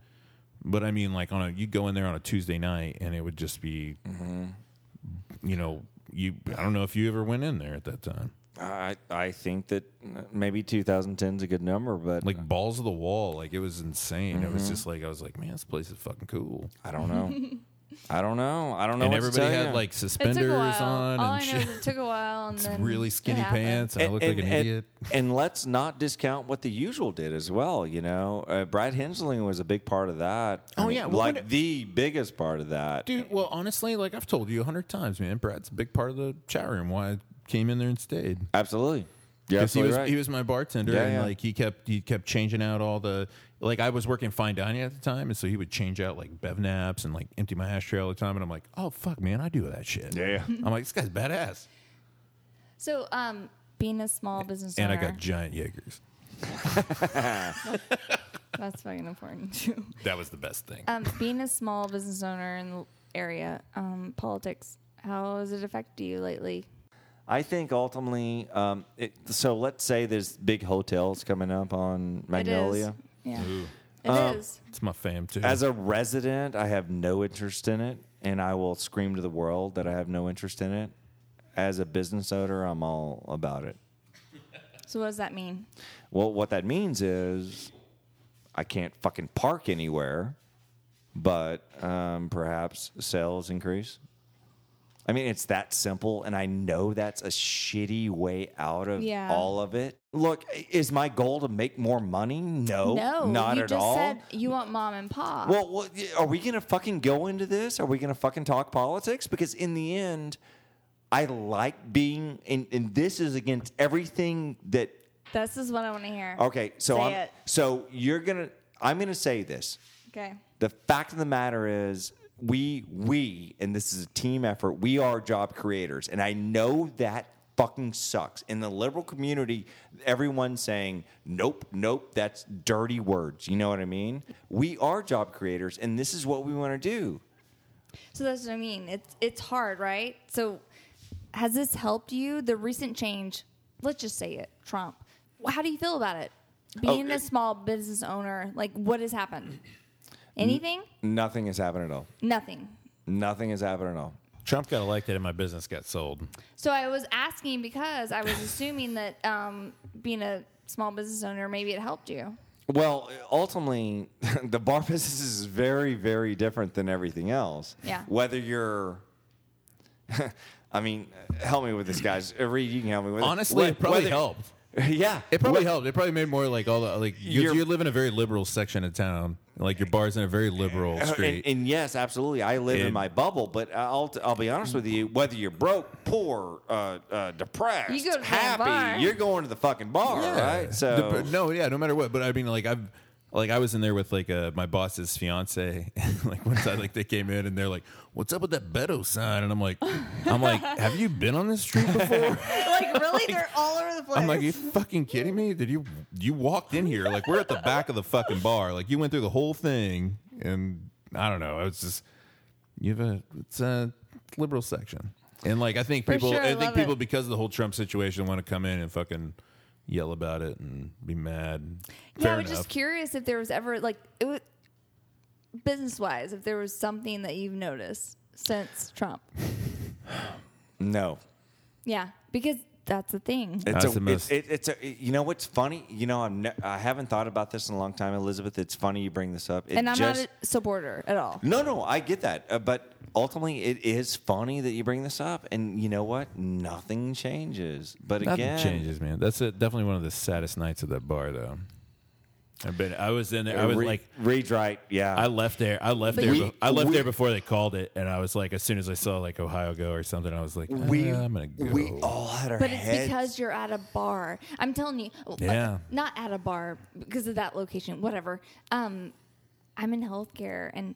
Speaker 2: But I mean, like on a you go in there on a Tuesday night, and it would just be,
Speaker 3: Mm-hmm.
Speaker 2: you know, you I don't know if you ever went in there at that time,
Speaker 3: I I think that maybe 2010 is a good number, but
Speaker 2: like balls of the wall, like it was insane. It
Speaker 3: Mm-hmm.
Speaker 2: was just like I was like, man, this place is fucking cool,
Speaker 3: I don't know. I don't know. I don't know.
Speaker 2: and
Speaker 3: what to
Speaker 2: everybody
Speaker 3: tell
Speaker 2: had
Speaker 3: you.
Speaker 2: like
Speaker 1: It took a
Speaker 2: suspenders
Speaker 1: while.
Speaker 2: on
Speaker 1: All
Speaker 2: and
Speaker 1: I know
Speaker 2: shit,
Speaker 1: is it took a while, and then
Speaker 2: really
Speaker 1: it
Speaker 2: skinny
Speaker 1: happened.
Speaker 2: pants, and, I looked like an idiot.
Speaker 3: and let's not discount what the usual did as well. You know, uh, Brad Hensling was a big part of that. I
Speaker 2: Oh,
Speaker 3: mean,
Speaker 2: yeah, well,
Speaker 3: like
Speaker 2: when it-
Speaker 3: the biggest part of that.
Speaker 2: Dude, well, honestly, like I've told you a hundred times, man, Brad's a big part of the chat room. Why I came in there and stayed
Speaker 3: Absolutely. Yeah,
Speaker 2: he was
Speaker 3: absolutely right.
Speaker 2: he was my bartender,
Speaker 3: Yeah,
Speaker 2: and
Speaker 3: yeah.
Speaker 2: like he kept he kept changing out all the like I was working fine dining at the time, and so he would change out like bev naps and like empty my ashtray all the time, and I'm like, oh fuck, man, I do that shit.
Speaker 3: Yeah.
Speaker 2: I'm like, this guy's badass,
Speaker 1: So, um, being a small business
Speaker 2: and I
Speaker 1: owner,
Speaker 2: got giant Jaegers.
Speaker 1: that's fucking important too.
Speaker 2: That was the best thing.
Speaker 1: Um, being a small business owner in the area, um, politics, how has it affected you lately?
Speaker 3: I think ultimately, um, it, so let's say there's big hotels coming up on Magnolia.
Speaker 1: It is. Yeah. it is.
Speaker 3: Um,
Speaker 2: it's my fam too.
Speaker 3: As a resident, I have no interest in it, and I will scream to the world that I have no interest in it. As a business owner, I'm all about it.
Speaker 1: So, what does that mean?
Speaker 3: Well, what that means is I can't fucking park anywhere, but um, perhaps sales increase. I mean, it's that simple, and I know that's a shitty way out of
Speaker 1: Yeah.
Speaker 3: all of it. Look, is my goal to make more money? No,
Speaker 1: no,
Speaker 3: not
Speaker 1: you
Speaker 3: at
Speaker 1: just
Speaker 3: all.
Speaker 1: said you want mom and pop.
Speaker 3: Well, what, are we going to fucking go into this? Are we going to fucking talk politics? Because in the end, I like being, and, and this is against everything that.
Speaker 1: this is what I want to hear.
Speaker 3: Okay, so
Speaker 1: Say
Speaker 3: I'm,
Speaker 1: it.
Speaker 3: so you're gonna, I'm gonna say this.
Speaker 1: Okay.
Speaker 3: The fact of the matter is, we, we, and this is a team effort. We are job creators, and I know that fucking sucks. In the liberal community, everyone's saying, "Nope, nope, that's dirty words." You know what I mean? We are job creators, and this is what we want to do.
Speaker 1: So that's what I mean. It's it's hard, right? So has this helped you? The recent change, let's just say it, Trump. Wh- How do you feel about it? Being
Speaker 3: Oh, it-
Speaker 1: a small business owner, like what has happened? Anything?
Speaker 3: Nothing has happened at all.
Speaker 1: Nothing.
Speaker 3: Nothing has happened at all.
Speaker 2: Trump got elected, and my business got sold.
Speaker 1: So I was asking because I was assuming that um, being a small business owner, maybe it helped you.
Speaker 3: Well, ultimately, the bar business is very, very different than everything else.
Speaker 1: Yeah.
Speaker 3: Whether you're, I mean, help me with this, guys. Uh, Reed, you can help me with
Speaker 2: Honestly,
Speaker 3: it.
Speaker 2: it probably
Speaker 3: whether-
Speaker 2: helped.
Speaker 3: Yeah.
Speaker 2: It probably
Speaker 3: Wh-
Speaker 2: helped. It probably made more like all the like you,
Speaker 3: You're-
Speaker 2: you live in a very liberal section of town. Like your bar's in a very liberal
Speaker 3: Uh,
Speaker 2: street.
Speaker 3: And, and yes, absolutely. I live in
Speaker 2: And-
Speaker 3: my bubble, but I'll I'll be honest with you. Whether you're broke, poor, uh, uh, depressed,
Speaker 1: You go to the
Speaker 3: happy,
Speaker 1: bar.
Speaker 3: you're going to the fucking bar, right? So
Speaker 2: The- no, yeah, no matter what. But I mean, like I've like I was in there with like uh, my boss's fiance. and, like one time, like they came in and they're like, "What's up with that Beto sign?" And I'm like, I'm like, "Have you been on this street before?"
Speaker 1: Like really, they're all over the place.
Speaker 2: I'm like, "You fucking kidding me? Did you you walked in here like we're at the back of the fucking bar? Like you went through the whole thing and I don't know. I was just you have a it's a liberal section." And like I think people,
Speaker 1: sure, I
Speaker 2: I think
Speaker 1: love
Speaker 2: people
Speaker 1: it.
Speaker 2: because of the whole Trump situation want to come in and fucking yell about it and be mad.
Speaker 1: yeah, I
Speaker 2: Fair
Speaker 1: was
Speaker 2: enough.
Speaker 1: just curious if there was ever like it was business wise, if there was something that you've noticed since Trump.
Speaker 3: no,
Speaker 1: Yeah, because that's the thing.
Speaker 3: It's
Speaker 2: That's
Speaker 3: a,
Speaker 2: the most-
Speaker 3: it- it- it's a, you know what's funny? You know, I'm ne- I haven't thought about this in a long time, Elizabeth. It's funny you bring this up. It
Speaker 1: and I'm
Speaker 3: just,
Speaker 1: not a supporter at all.
Speaker 3: no, no, I get that, uh, but ultimately, it is funny that you bring this up. And you know what? Nothing changes. But
Speaker 2: Nothing
Speaker 3: again,
Speaker 2: changes, man. That's it. Definitely one of the saddest nights at that bar, though.
Speaker 4: I've been. I was in there. I was
Speaker 3: Re-
Speaker 4: like,
Speaker 3: Reed's right. Yeah.
Speaker 4: I left there. I left
Speaker 1: But
Speaker 4: there.
Speaker 1: you-
Speaker 4: be- I left
Speaker 3: we-
Speaker 4: there before they called it, and I was like, as soon as I saw like Ohio go or something, I was like,
Speaker 3: we
Speaker 4: "Uh, I'm gonna go.
Speaker 3: we all had our
Speaker 1: But it's
Speaker 3: heads.
Speaker 1: because you're at a bar. I'm telling you, uh,
Speaker 4: Yeah.
Speaker 1: not at a bar because of that location. Whatever. Um, I'm in healthcare, and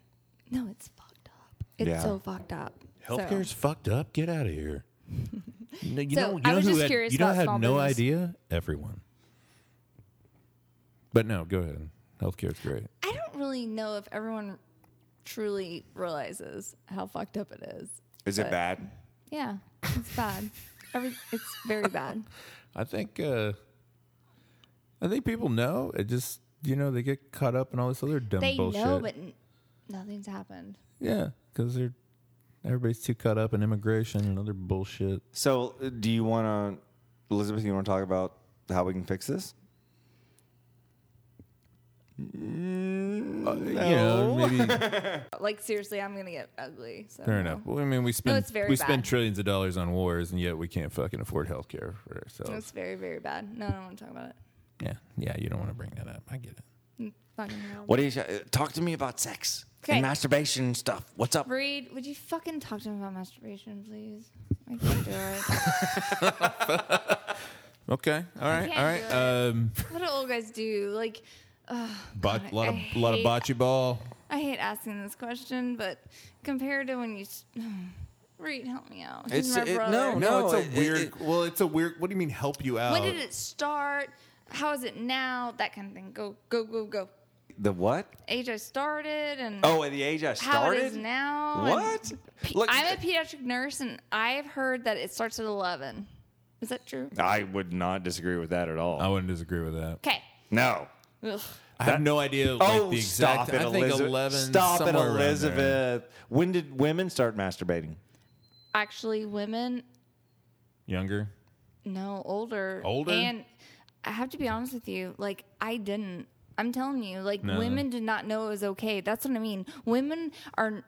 Speaker 1: no, it's fucked up. It's
Speaker 3: Yeah.
Speaker 1: so fucked up. So-
Speaker 4: Healthcare's fucked up. Get out of here. No, you
Speaker 1: So,
Speaker 4: know, you
Speaker 1: I
Speaker 4: know
Speaker 1: was
Speaker 4: who
Speaker 1: just
Speaker 4: had,
Speaker 1: curious
Speaker 4: You know,
Speaker 1: about
Speaker 4: had
Speaker 1: small
Speaker 4: no
Speaker 1: business.
Speaker 4: idea. Everyone. But no, go ahead. Healthcare's great.
Speaker 1: I don't really know if everyone truly realizes how fucked up it is.
Speaker 3: Is
Speaker 1: uh,
Speaker 3: it bad?
Speaker 1: Yeah, it's bad. Every, it's very bad.
Speaker 2: I think uh, I think people know. It just you know they get caught up in all this other dumb
Speaker 1: They
Speaker 2: bullshit.
Speaker 1: know, but n- nothing's happened.
Speaker 2: yeah, because they're everybody's too caught up in immigration and other bullshit.
Speaker 3: So, uh, do you want to, Elizabeth? You want to talk about how we can fix this?
Speaker 2: Uh, You know, maybe
Speaker 1: Like seriously, I'm gonna get ugly. So
Speaker 2: fair enough. Well, I mean, we spend
Speaker 1: it's very
Speaker 2: we spend
Speaker 1: bad.
Speaker 2: trillions of dollars on wars, and yet we can't fucking afford healthcare for ourselves.
Speaker 1: It's very very bad. No, I don't want to talk about it.
Speaker 2: Yeah, yeah. You don't want to bring that up. I get it.
Speaker 1: Fucking hell.
Speaker 3: What do you uh, talk to me about sex
Speaker 1: Okay.
Speaker 3: and masturbation and stuff? What's up?
Speaker 1: Reed, would you fucking talk to him about masturbation, please? I can't do it.
Speaker 2: Okay. All right.
Speaker 1: can't
Speaker 2: All right.
Speaker 1: do
Speaker 2: Um,
Speaker 1: what do old guys do? Like,
Speaker 2: bot, lot of
Speaker 1: I
Speaker 2: lot of
Speaker 1: hate-
Speaker 2: bocce ball.
Speaker 1: I hate asking this question, but compared to when you, s- Reed, help me out. He's
Speaker 3: It's-
Speaker 1: my
Speaker 3: it-
Speaker 1: brother.
Speaker 3: no, no.
Speaker 2: No, it's
Speaker 3: it-
Speaker 2: a
Speaker 3: it-
Speaker 2: weird.
Speaker 3: it-
Speaker 2: well, it's a weird. What do you mean help you out?
Speaker 1: When did it start? How is it now? That kind of thing. Go, go, go, go.
Speaker 3: The what?
Speaker 1: Age I started and
Speaker 3: Oh, at the age I started.
Speaker 1: how it is now. and-
Speaker 3: What?
Speaker 1: P-
Speaker 3: Look,
Speaker 1: I'm a pediatric nurse, and I've heard that it starts at 11. Is that true?
Speaker 3: I would not disagree with that at all.
Speaker 2: I wouldn't disagree with that.
Speaker 1: Okay.
Speaker 3: No.
Speaker 1: Ugh.
Speaker 2: I have no idea. Like,
Speaker 3: oh,
Speaker 2: the exact,
Speaker 3: stop it,
Speaker 2: I think
Speaker 3: Elizabeth!
Speaker 2: 11,
Speaker 3: stop it,
Speaker 2: somewhere around there.
Speaker 3: Elizabeth. When did women start masturbating?
Speaker 1: Actually, women
Speaker 2: Younger.
Speaker 1: No, older.
Speaker 2: Older?
Speaker 1: And I have to be honest with you, like I didn't. I'm telling you, like
Speaker 2: No.
Speaker 1: women did not know it was okay. That's what I mean. Women are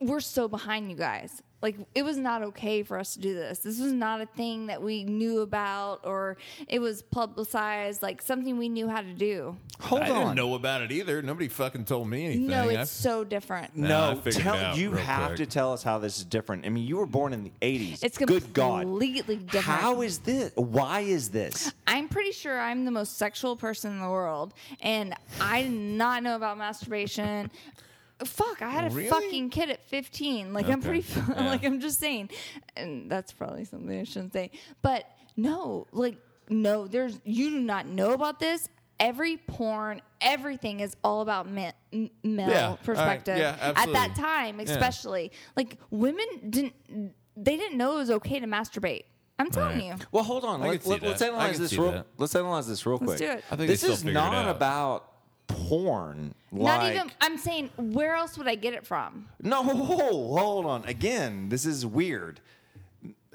Speaker 1: we're so behind you guys. Like it was not okay for us to do this. This was not a thing that we knew about or it was publicized like something we knew how to do.
Speaker 3: Hold
Speaker 2: I
Speaker 3: on.
Speaker 2: didn't know about it either. Nobody fucking told me anything.
Speaker 1: no,
Speaker 2: I-
Speaker 1: it's so different.
Speaker 2: Nah, I
Speaker 3: No,
Speaker 2: figured it
Speaker 3: tell,
Speaker 2: out
Speaker 3: you
Speaker 2: real
Speaker 3: have
Speaker 2: quick.
Speaker 3: to tell us how this is different. I mean, you were born in the '80s.
Speaker 1: It's
Speaker 3: good God.
Speaker 1: completely different.
Speaker 3: How is this? Why is this?
Speaker 1: I'm pretty sure I'm the most sexual person in the world, and I did not know about masturbation. Fuck, I had a
Speaker 2: Really?
Speaker 1: fucking kid at 15. Like I'm
Speaker 2: Okay.
Speaker 1: pretty,
Speaker 2: Yeah.
Speaker 1: like I'm just saying, and that's probably something I shouldn't say. But no, like no, there's you do not know about this. Every porn, everything is all about men, m- male
Speaker 2: Yeah, all right.
Speaker 1: perspective
Speaker 2: Yeah,
Speaker 1: at that
Speaker 2: absolutely.
Speaker 1: time, especially. Like women didn't, they didn't know it was okay to masturbate. I'm telling
Speaker 2: Right.
Speaker 1: you.
Speaker 3: Well, hold on.
Speaker 2: I
Speaker 3: Let,
Speaker 2: can see
Speaker 3: let, us
Speaker 2: that. I
Speaker 3: analyze
Speaker 2: can
Speaker 3: this
Speaker 2: see
Speaker 3: real.
Speaker 2: that.
Speaker 3: Let's analyze this real quick.
Speaker 1: do it. I
Speaker 2: think
Speaker 3: this
Speaker 2: they still
Speaker 3: is
Speaker 2: figure it
Speaker 3: not
Speaker 2: out.
Speaker 3: about porn.
Speaker 1: Not
Speaker 3: like,
Speaker 1: even. I'm saying, where else would I get it from?
Speaker 3: No, hold on. Again, this is weird.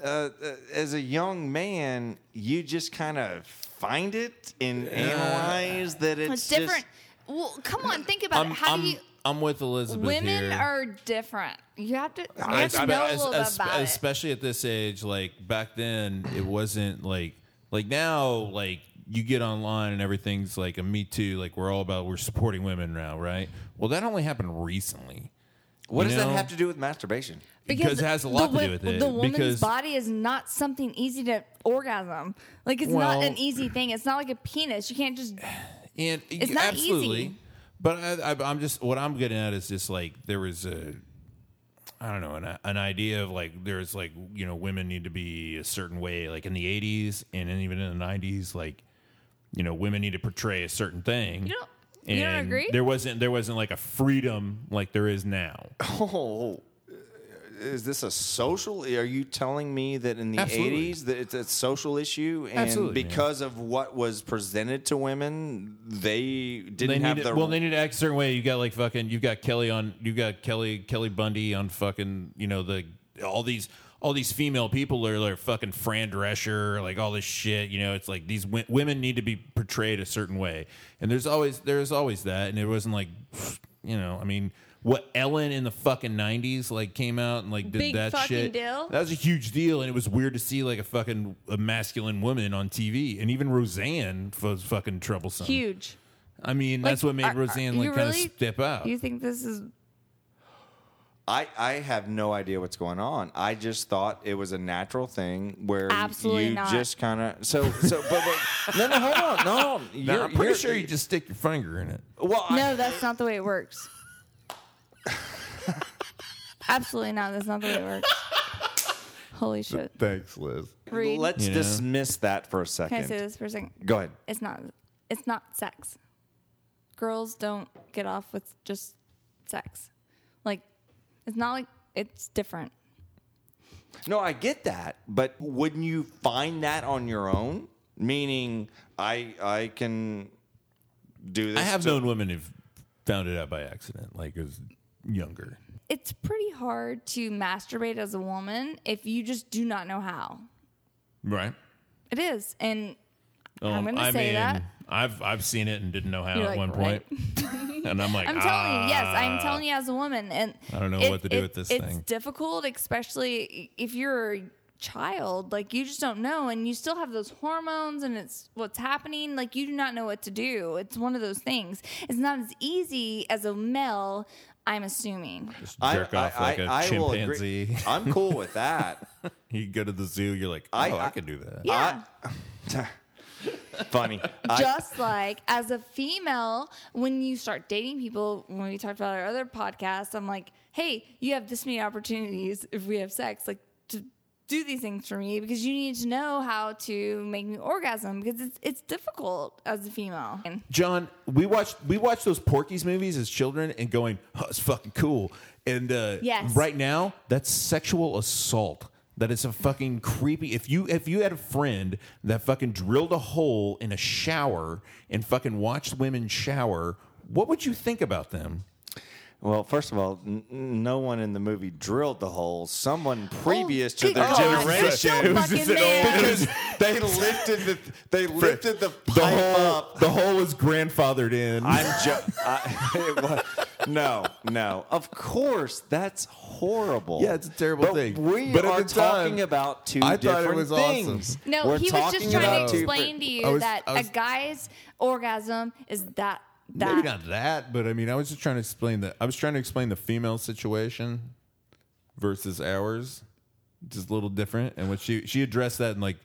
Speaker 3: Uh, uh, as a young man, you just kind of find it and analyze that it's,
Speaker 1: It's, different. well, come on, think about
Speaker 2: I'm,
Speaker 1: it. How
Speaker 2: I'm,
Speaker 1: do you?
Speaker 2: I'm with Elizabeth
Speaker 1: Women
Speaker 2: here.
Speaker 1: are different. You have to. You
Speaker 2: I-
Speaker 1: have to
Speaker 2: I-
Speaker 1: know
Speaker 2: es-
Speaker 1: a little bit
Speaker 2: es-
Speaker 1: about it.
Speaker 2: especially at this age like back then it wasn't like like now like you get online and everything's like a me too like we're all about we're supporting women now right well that only happened recently
Speaker 3: Just, what
Speaker 2: You
Speaker 3: does
Speaker 2: know?
Speaker 3: that have to do with masturbation?
Speaker 2: because it has a
Speaker 1: the
Speaker 2: lot to
Speaker 1: wo-
Speaker 2: do with it
Speaker 1: The woman's
Speaker 2: because
Speaker 1: body is not something easy to orgasm. Like it's
Speaker 2: Well-
Speaker 1: not an easy thing. It's not like a penis. You can't just.
Speaker 2: and
Speaker 1: It's not
Speaker 2: absolutely
Speaker 1: easy.
Speaker 2: but I, I, i'm just what i'm getting at is just like there was a I don't know an, an idea of like there's like you know women need to be a certain way like in the 80s and then even in the 90s like you know women need to portray a certain thing.
Speaker 1: You don't- you don't
Speaker 2: And
Speaker 1: agree?
Speaker 2: There wasn't there wasn't like a freedom like there is now.
Speaker 3: Oh, is this a social? Are you telling me that in the
Speaker 2: Absolutely.
Speaker 3: eighties that it's a social issue and
Speaker 2: Absolutely, man.
Speaker 3: because of what was presented to women, they didn't
Speaker 2: They
Speaker 3: have
Speaker 2: need to,
Speaker 3: the
Speaker 2: well they need to act a certain way. You got like fucking you got Kelly on you got Kelly Kelly Bundy on fucking you know the all these all these female people are like fucking Fran Drescher like all this shit you know it's like these w- women need to be portrayed a certain way and there's always there's always that and it wasn't like you know I mean what Ellen in the fucking 90s like came out and like did
Speaker 1: Big
Speaker 2: that
Speaker 1: fucking
Speaker 2: shit
Speaker 1: deal.
Speaker 2: That was a huge deal, and it was weird to see like a fucking a masculine woman on TV, and even Roseanne was fucking troublesome.
Speaker 1: Huge.
Speaker 2: I mean, that's
Speaker 1: Like,
Speaker 2: what made
Speaker 1: are- are-
Speaker 2: Roseanne like
Speaker 1: you
Speaker 2: kind of
Speaker 1: really-
Speaker 2: step out.
Speaker 1: You think this is
Speaker 3: I, I have no idea what's going on. I just thought it was a natural thing where
Speaker 1: Absolutely
Speaker 3: you
Speaker 1: not.
Speaker 3: just kind of so so. But, but no, no, hold on, no, hold on.
Speaker 2: Now,
Speaker 3: You're-
Speaker 2: I'm pretty
Speaker 3: you're-
Speaker 2: sure you just stick your finger in it.
Speaker 3: Well, I-
Speaker 1: No, that's not the way it works. Absolutely not. That's not the way it works. Holy shit.
Speaker 2: Thanks, Liz.
Speaker 1: Reed,
Speaker 3: let's
Speaker 2: You know?
Speaker 3: dismiss that for a
Speaker 1: can I
Speaker 3: second.
Speaker 1: say this for a second?
Speaker 3: Go ahead.
Speaker 1: It's not. It's not sex. Girls don't get off with just sex. Like, it's not like it's different.
Speaker 3: No, I get that, but wouldn't you find that on your own? Meaning, I I can do this.
Speaker 2: I have
Speaker 3: to-
Speaker 2: known women who've found it out by accident, like as younger.
Speaker 1: It's pretty hard to masturbate as a woman if you just do not know how.
Speaker 2: Right.
Speaker 1: It is, and
Speaker 2: Um,
Speaker 1: gonna say that.
Speaker 2: I've I've seen it and didn't know how
Speaker 1: You're
Speaker 2: at
Speaker 1: like,
Speaker 2: one
Speaker 1: right?
Speaker 2: point. and I'm like,
Speaker 1: I'm telling you, yes, I'm
Speaker 2: "Ah."
Speaker 1: telling you as a woman, and
Speaker 2: I don't know what to do with this
Speaker 1: it's
Speaker 2: thing.
Speaker 1: difficult, especially if you're a child. Like you just don't know, and you still have those hormones, and it's what's happening. Like you do not know what to do. It's one of those things. It's not as easy as a male. I'm assuming.
Speaker 2: jerk off like a
Speaker 3: I will agree.
Speaker 2: chimpanzee.
Speaker 3: I'm cool with that.
Speaker 2: You go to the zoo, you're like, oh,
Speaker 3: I-
Speaker 2: I,
Speaker 3: I-
Speaker 2: can do that.
Speaker 1: Yeah.
Speaker 3: I- funny. I-
Speaker 1: just like as a female, when you start dating people, when we talked about our other podcast, I'm like, hey, you have this many opportunities if we have sex, like to do these things for me because you need to know how to make me orgasm because it's it's difficult as a female. And
Speaker 2: John, we watched we watched those Porky's movies as children and going, oh, it's fucking cool. And uh,
Speaker 1: Yes.
Speaker 2: right now, that's sexual assault. That is a fucking creepy. If you if you had a friend that fucking drilled a hole in a shower and fucking watched women shower, what would you think about them?
Speaker 3: Well, first of all, n- n- no one in the movie drilled the hole. Someone
Speaker 2: Oh,
Speaker 3: previous
Speaker 1: good
Speaker 3: to their
Speaker 1: God, Oh, you're
Speaker 3: generation.
Speaker 1: so It was just fucking an old- man.
Speaker 3: Because they lifted the they lifted the pipe up.
Speaker 2: the hole was grandfathered in.
Speaker 3: I'm just no, no. Of course, that's horrible.
Speaker 2: Yeah, it's a terrible
Speaker 3: But
Speaker 2: thing.
Speaker 3: We
Speaker 2: But at
Speaker 3: are
Speaker 2: the time,
Speaker 3: talking about two
Speaker 2: I thought it
Speaker 3: different
Speaker 2: was awesome.
Speaker 3: things.
Speaker 1: no,
Speaker 3: We're
Speaker 1: he was
Speaker 3: talking
Speaker 1: just trying
Speaker 3: about
Speaker 1: to
Speaker 3: two
Speaker 1: explain
Speaker 3: different-
Speaker 1: to you
Speaker 2: I was-
Speaker 1: that
Speaker 2: I was-
Speaker 1: a guy's orgasm is that that
Speaker 2: Maybe not that, but I mean, I was just trying to explain the. I was trying to explain the female situation versus ours, just a little different. And when she she addressed that in like,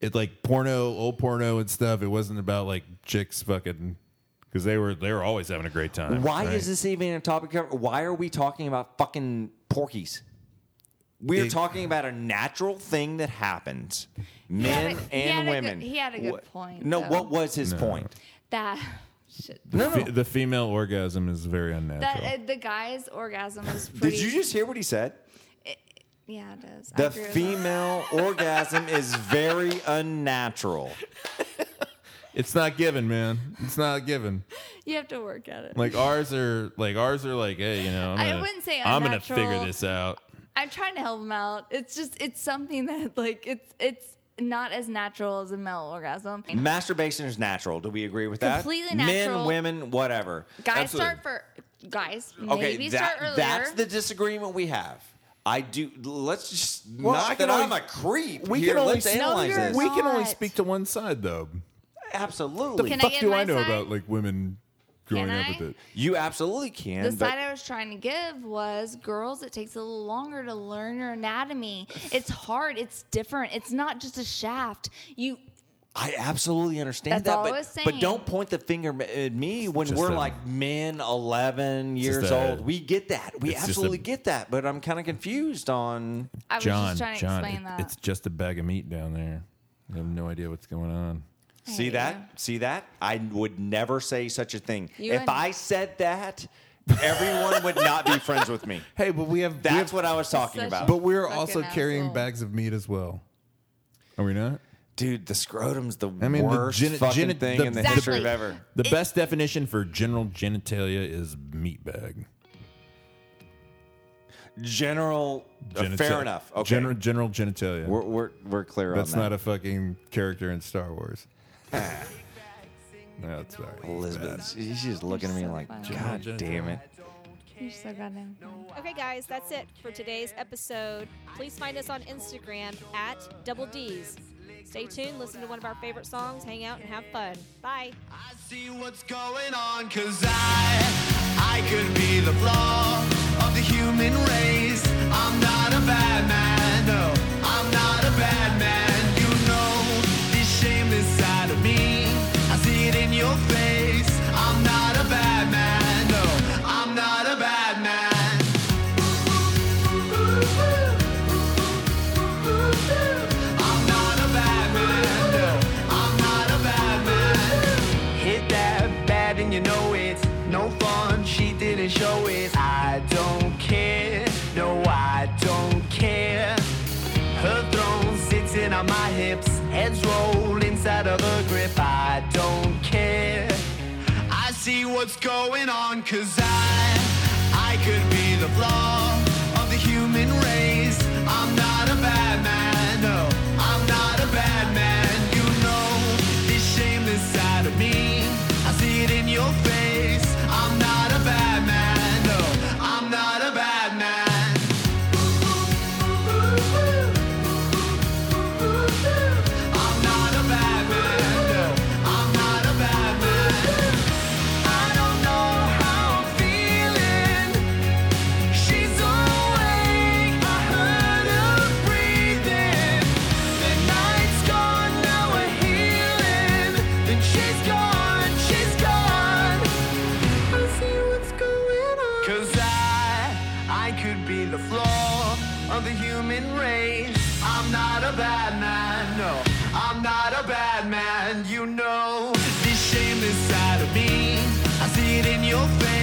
Speaker 2: it like porno, old porno and stuff. It wasn't about like chicks fucking because they were they were always having a great time.
Speaker 3: Why
Speaker 2: right?
Speaker 3: is this even a topic? of- Why are we talking about fucking porkies? We're
Speaker 2: It-
Speaker 3: talking about a natural thing that happens. Men
Speaker 1: but he had
Speaker 3: and
Speaker 1: a
Speaker 3: women.
Speaker 1: good- he had a good
Speaker 3: What-
Speaker 1: point,
Speaker 3: No,
Speaker 1: though.
Speaker 3: what was his point?
Speaker 1: that shit.
Speaker 3: No,
Speaker 2: Fe-
Speaker 3: no.
Speaker 2: the female orgasm is very
Speaker 1: That
Speaker 2: unnatural?
Speaker 1: uh, the guy's orgasm is pretty.
Speaker 3: Did you just hear what he said?
Speaker 1: Yeah, it does. I
Speaker 3: The
Speaker 1: agree with that.
Speaker 3: female orgasm is very unnatural.
Speaker 2: it's not given, man. It's not given.
Speaker 1: You have to work at it.
Speaker 2: Like ours are like ours are like, hey, you know, I'm
Speaker 1: I
Speaker 2: gonna,
Speaker 1: wouldn't say
Speaker 2: I'm gonna
Speaker 1: unnatural.
Speaker 2: figure this out.
Speaker 1: I'm trying to help him out. It's just it's something that like it's it's not as natural as a male orgasm.
Speaker 3: Masturbation is natural. Do we agree with that?
Speaker 1: Completely
Speaker 3: Men,
Speaker 1: natural.
Speaker 3: women, whatever.
Speaker 1: guys
Speaker 2: absolutely.
Speaker 1: start for guys
Speaker 3: Okay,
Speaker 1: maybe
Speaker 3: that-
Speaker 1: start earlier.
Speaker 3: that's the disagreement we have. I do. Let's just
Speaker 2: I
Speaker 3: not
Speaker 2: can
Speaker 3: that I'm
Speaker 2: only-
Speaker 3: a creep.
Speaker 2: we
Speaker 3: here.
Speaker 2: can only-
Speaker 3: let's
Speaker 2: No,
Speaker 3: analyze
Speaker 1: you're
Speaker 3: this.
Speaker 2: We can only
Speaker 1: Not.
Speaker 2: speak to one side though.
Speaker 3: absolutely.
Speaker 1: Can I
Speaker 2: fuck
Speaker 1: get
Speaker 2: do
Speaker 1: my
Speaker 2: I know
Speaker 1: side?
Speaker 2: about like women growing
Speaker 1: Can
Speaker 2: up
Speaker 1: I?
Speaker 2: with it?
Speaker 3: you absolutely can.
Speaker 1: The
Speaker 3: but
Speaker 1: side I was trying to give was girls, it takes a little longer to learn your anatomy. It's hard, it's different. It's not just a shaft. You
Speaker 3: I absolutely understand
Speaker 1: That's
Speaker 3: that.
Speaker 1: all I
Speaker 3: but,
Speaker 1: was
Speaker 3: but
Speaker 1: saying.
Speaker 3: don't point the finger ma- at me when
Speaker 2: just
Speaker 3: we're
Speaker 2: a-
Speaker 3: like men, eleven years
Speaker 2: just a-
Speaker 3: old. We get that. We
Speaker 2: it's just a-
Speaker 3: absolutely get that. But I'm kind of confused on.
Speaker 1: I was
Speaker 2: John,
Speaker 1: just trying to
Speaker 2: John,
Speaker 1: explain
Speaker 2: it-
Speaker 1: that.
Speaker 2: it's just a bag of meat down there. I have no idea what's going on.
Speaker 3: See
Speaker 1: hate
Speaker 3: that?
Speaker 1: you.
Speaker 3: See that? I would never say such a thing.
Speaker 1: You
Speaker 3: if
Speaker 1: wouldn't.
Speaker 3: I said that, everyone would not be friends with me.
Speaker 2: Hey, but we have
Speaker 3: That's what I was talking
Speaker 1: Such
Speaker 3: about.
Speaker 1: a-
Speaker 2: But we're
Speaker 1: Fucking
Speaker 2: also carrying
Speaker 1: asshole.
Speaker 2: bags of meat as well. Are we not?
Speaker 3: Dude, the scrotum's the
Speaker 2: I mean, the
Speaker 3: worst
Speaker 2: geni-
Speaker 3: fucking
Speaker 2: geni-
Speaker 3: thing
Speaker 2: the-
Speaker 3: in the
Speaker 1: Exactly.
Speaker 3: history of ever.
Speaker 2: The
Speaker 1: It-
Speaker 2: best definition for general genitalia is meat bag.
Speaker 3: General, uh,
Speaker 2: Genita-
Speaker 3: fair enough. Okay,
Speaker 2: General general genitalia.
Speaker 3: we're, we're we're clear
Speaker 2: That's
Speaker 3: on
Speaker 2: not
Speaker 3: that.
Speaker 2: a fucking character in Star Wars. no, it's not.
Speaker 3: Elizabeth, she's just looking at me
Speaker 1: so
Speaker 3: like,
Speaker 1: funny.
Speaker 3: God
Speaker 2: General
Speaker 3: damn it.
Speaker 1: You're so goddamn funny.
Speaker 5: Okay, guys, that's it for today's episode. Please find us on Instagram at Double D's Stay tuned, listen to one of our favorite songs, hang out, and have fun. Bye.
Speaker 6: I see what's going on cause I I could be the flaw of the human race. I'm not a bad man, no, I'm not a bad man. You know this shameless side of me. I see it in your face. I'm not a bad man, no, I'm not a bad man. I'm not a bad man, no, I'm not a bad man. Hit that bad and you know it's no fun. She didn't show it. I don't care. No, I don't care. Her throne sitting on my hips. Heads roll inside of her grip. I don't care. I see what's going on cause I I could be the flaw of the human race. I'm not a bad man, no, I'm not a bad man. You know this shameless side of me. I see it in your face. I'm not a bad man, no, I'm not a bad man. I'm not a bad man, no, I'm not a bad man. I don't know how I'm feeling. She's awake. I heard her breathing. The night's gone, now we're healing. Then she's gone, she's gone. I see what's going on. Cause I, I could be the flaw of the human race. I'm not a bad man, no. I'm not a bad man, you know. This shameless side of me, I see it in your face.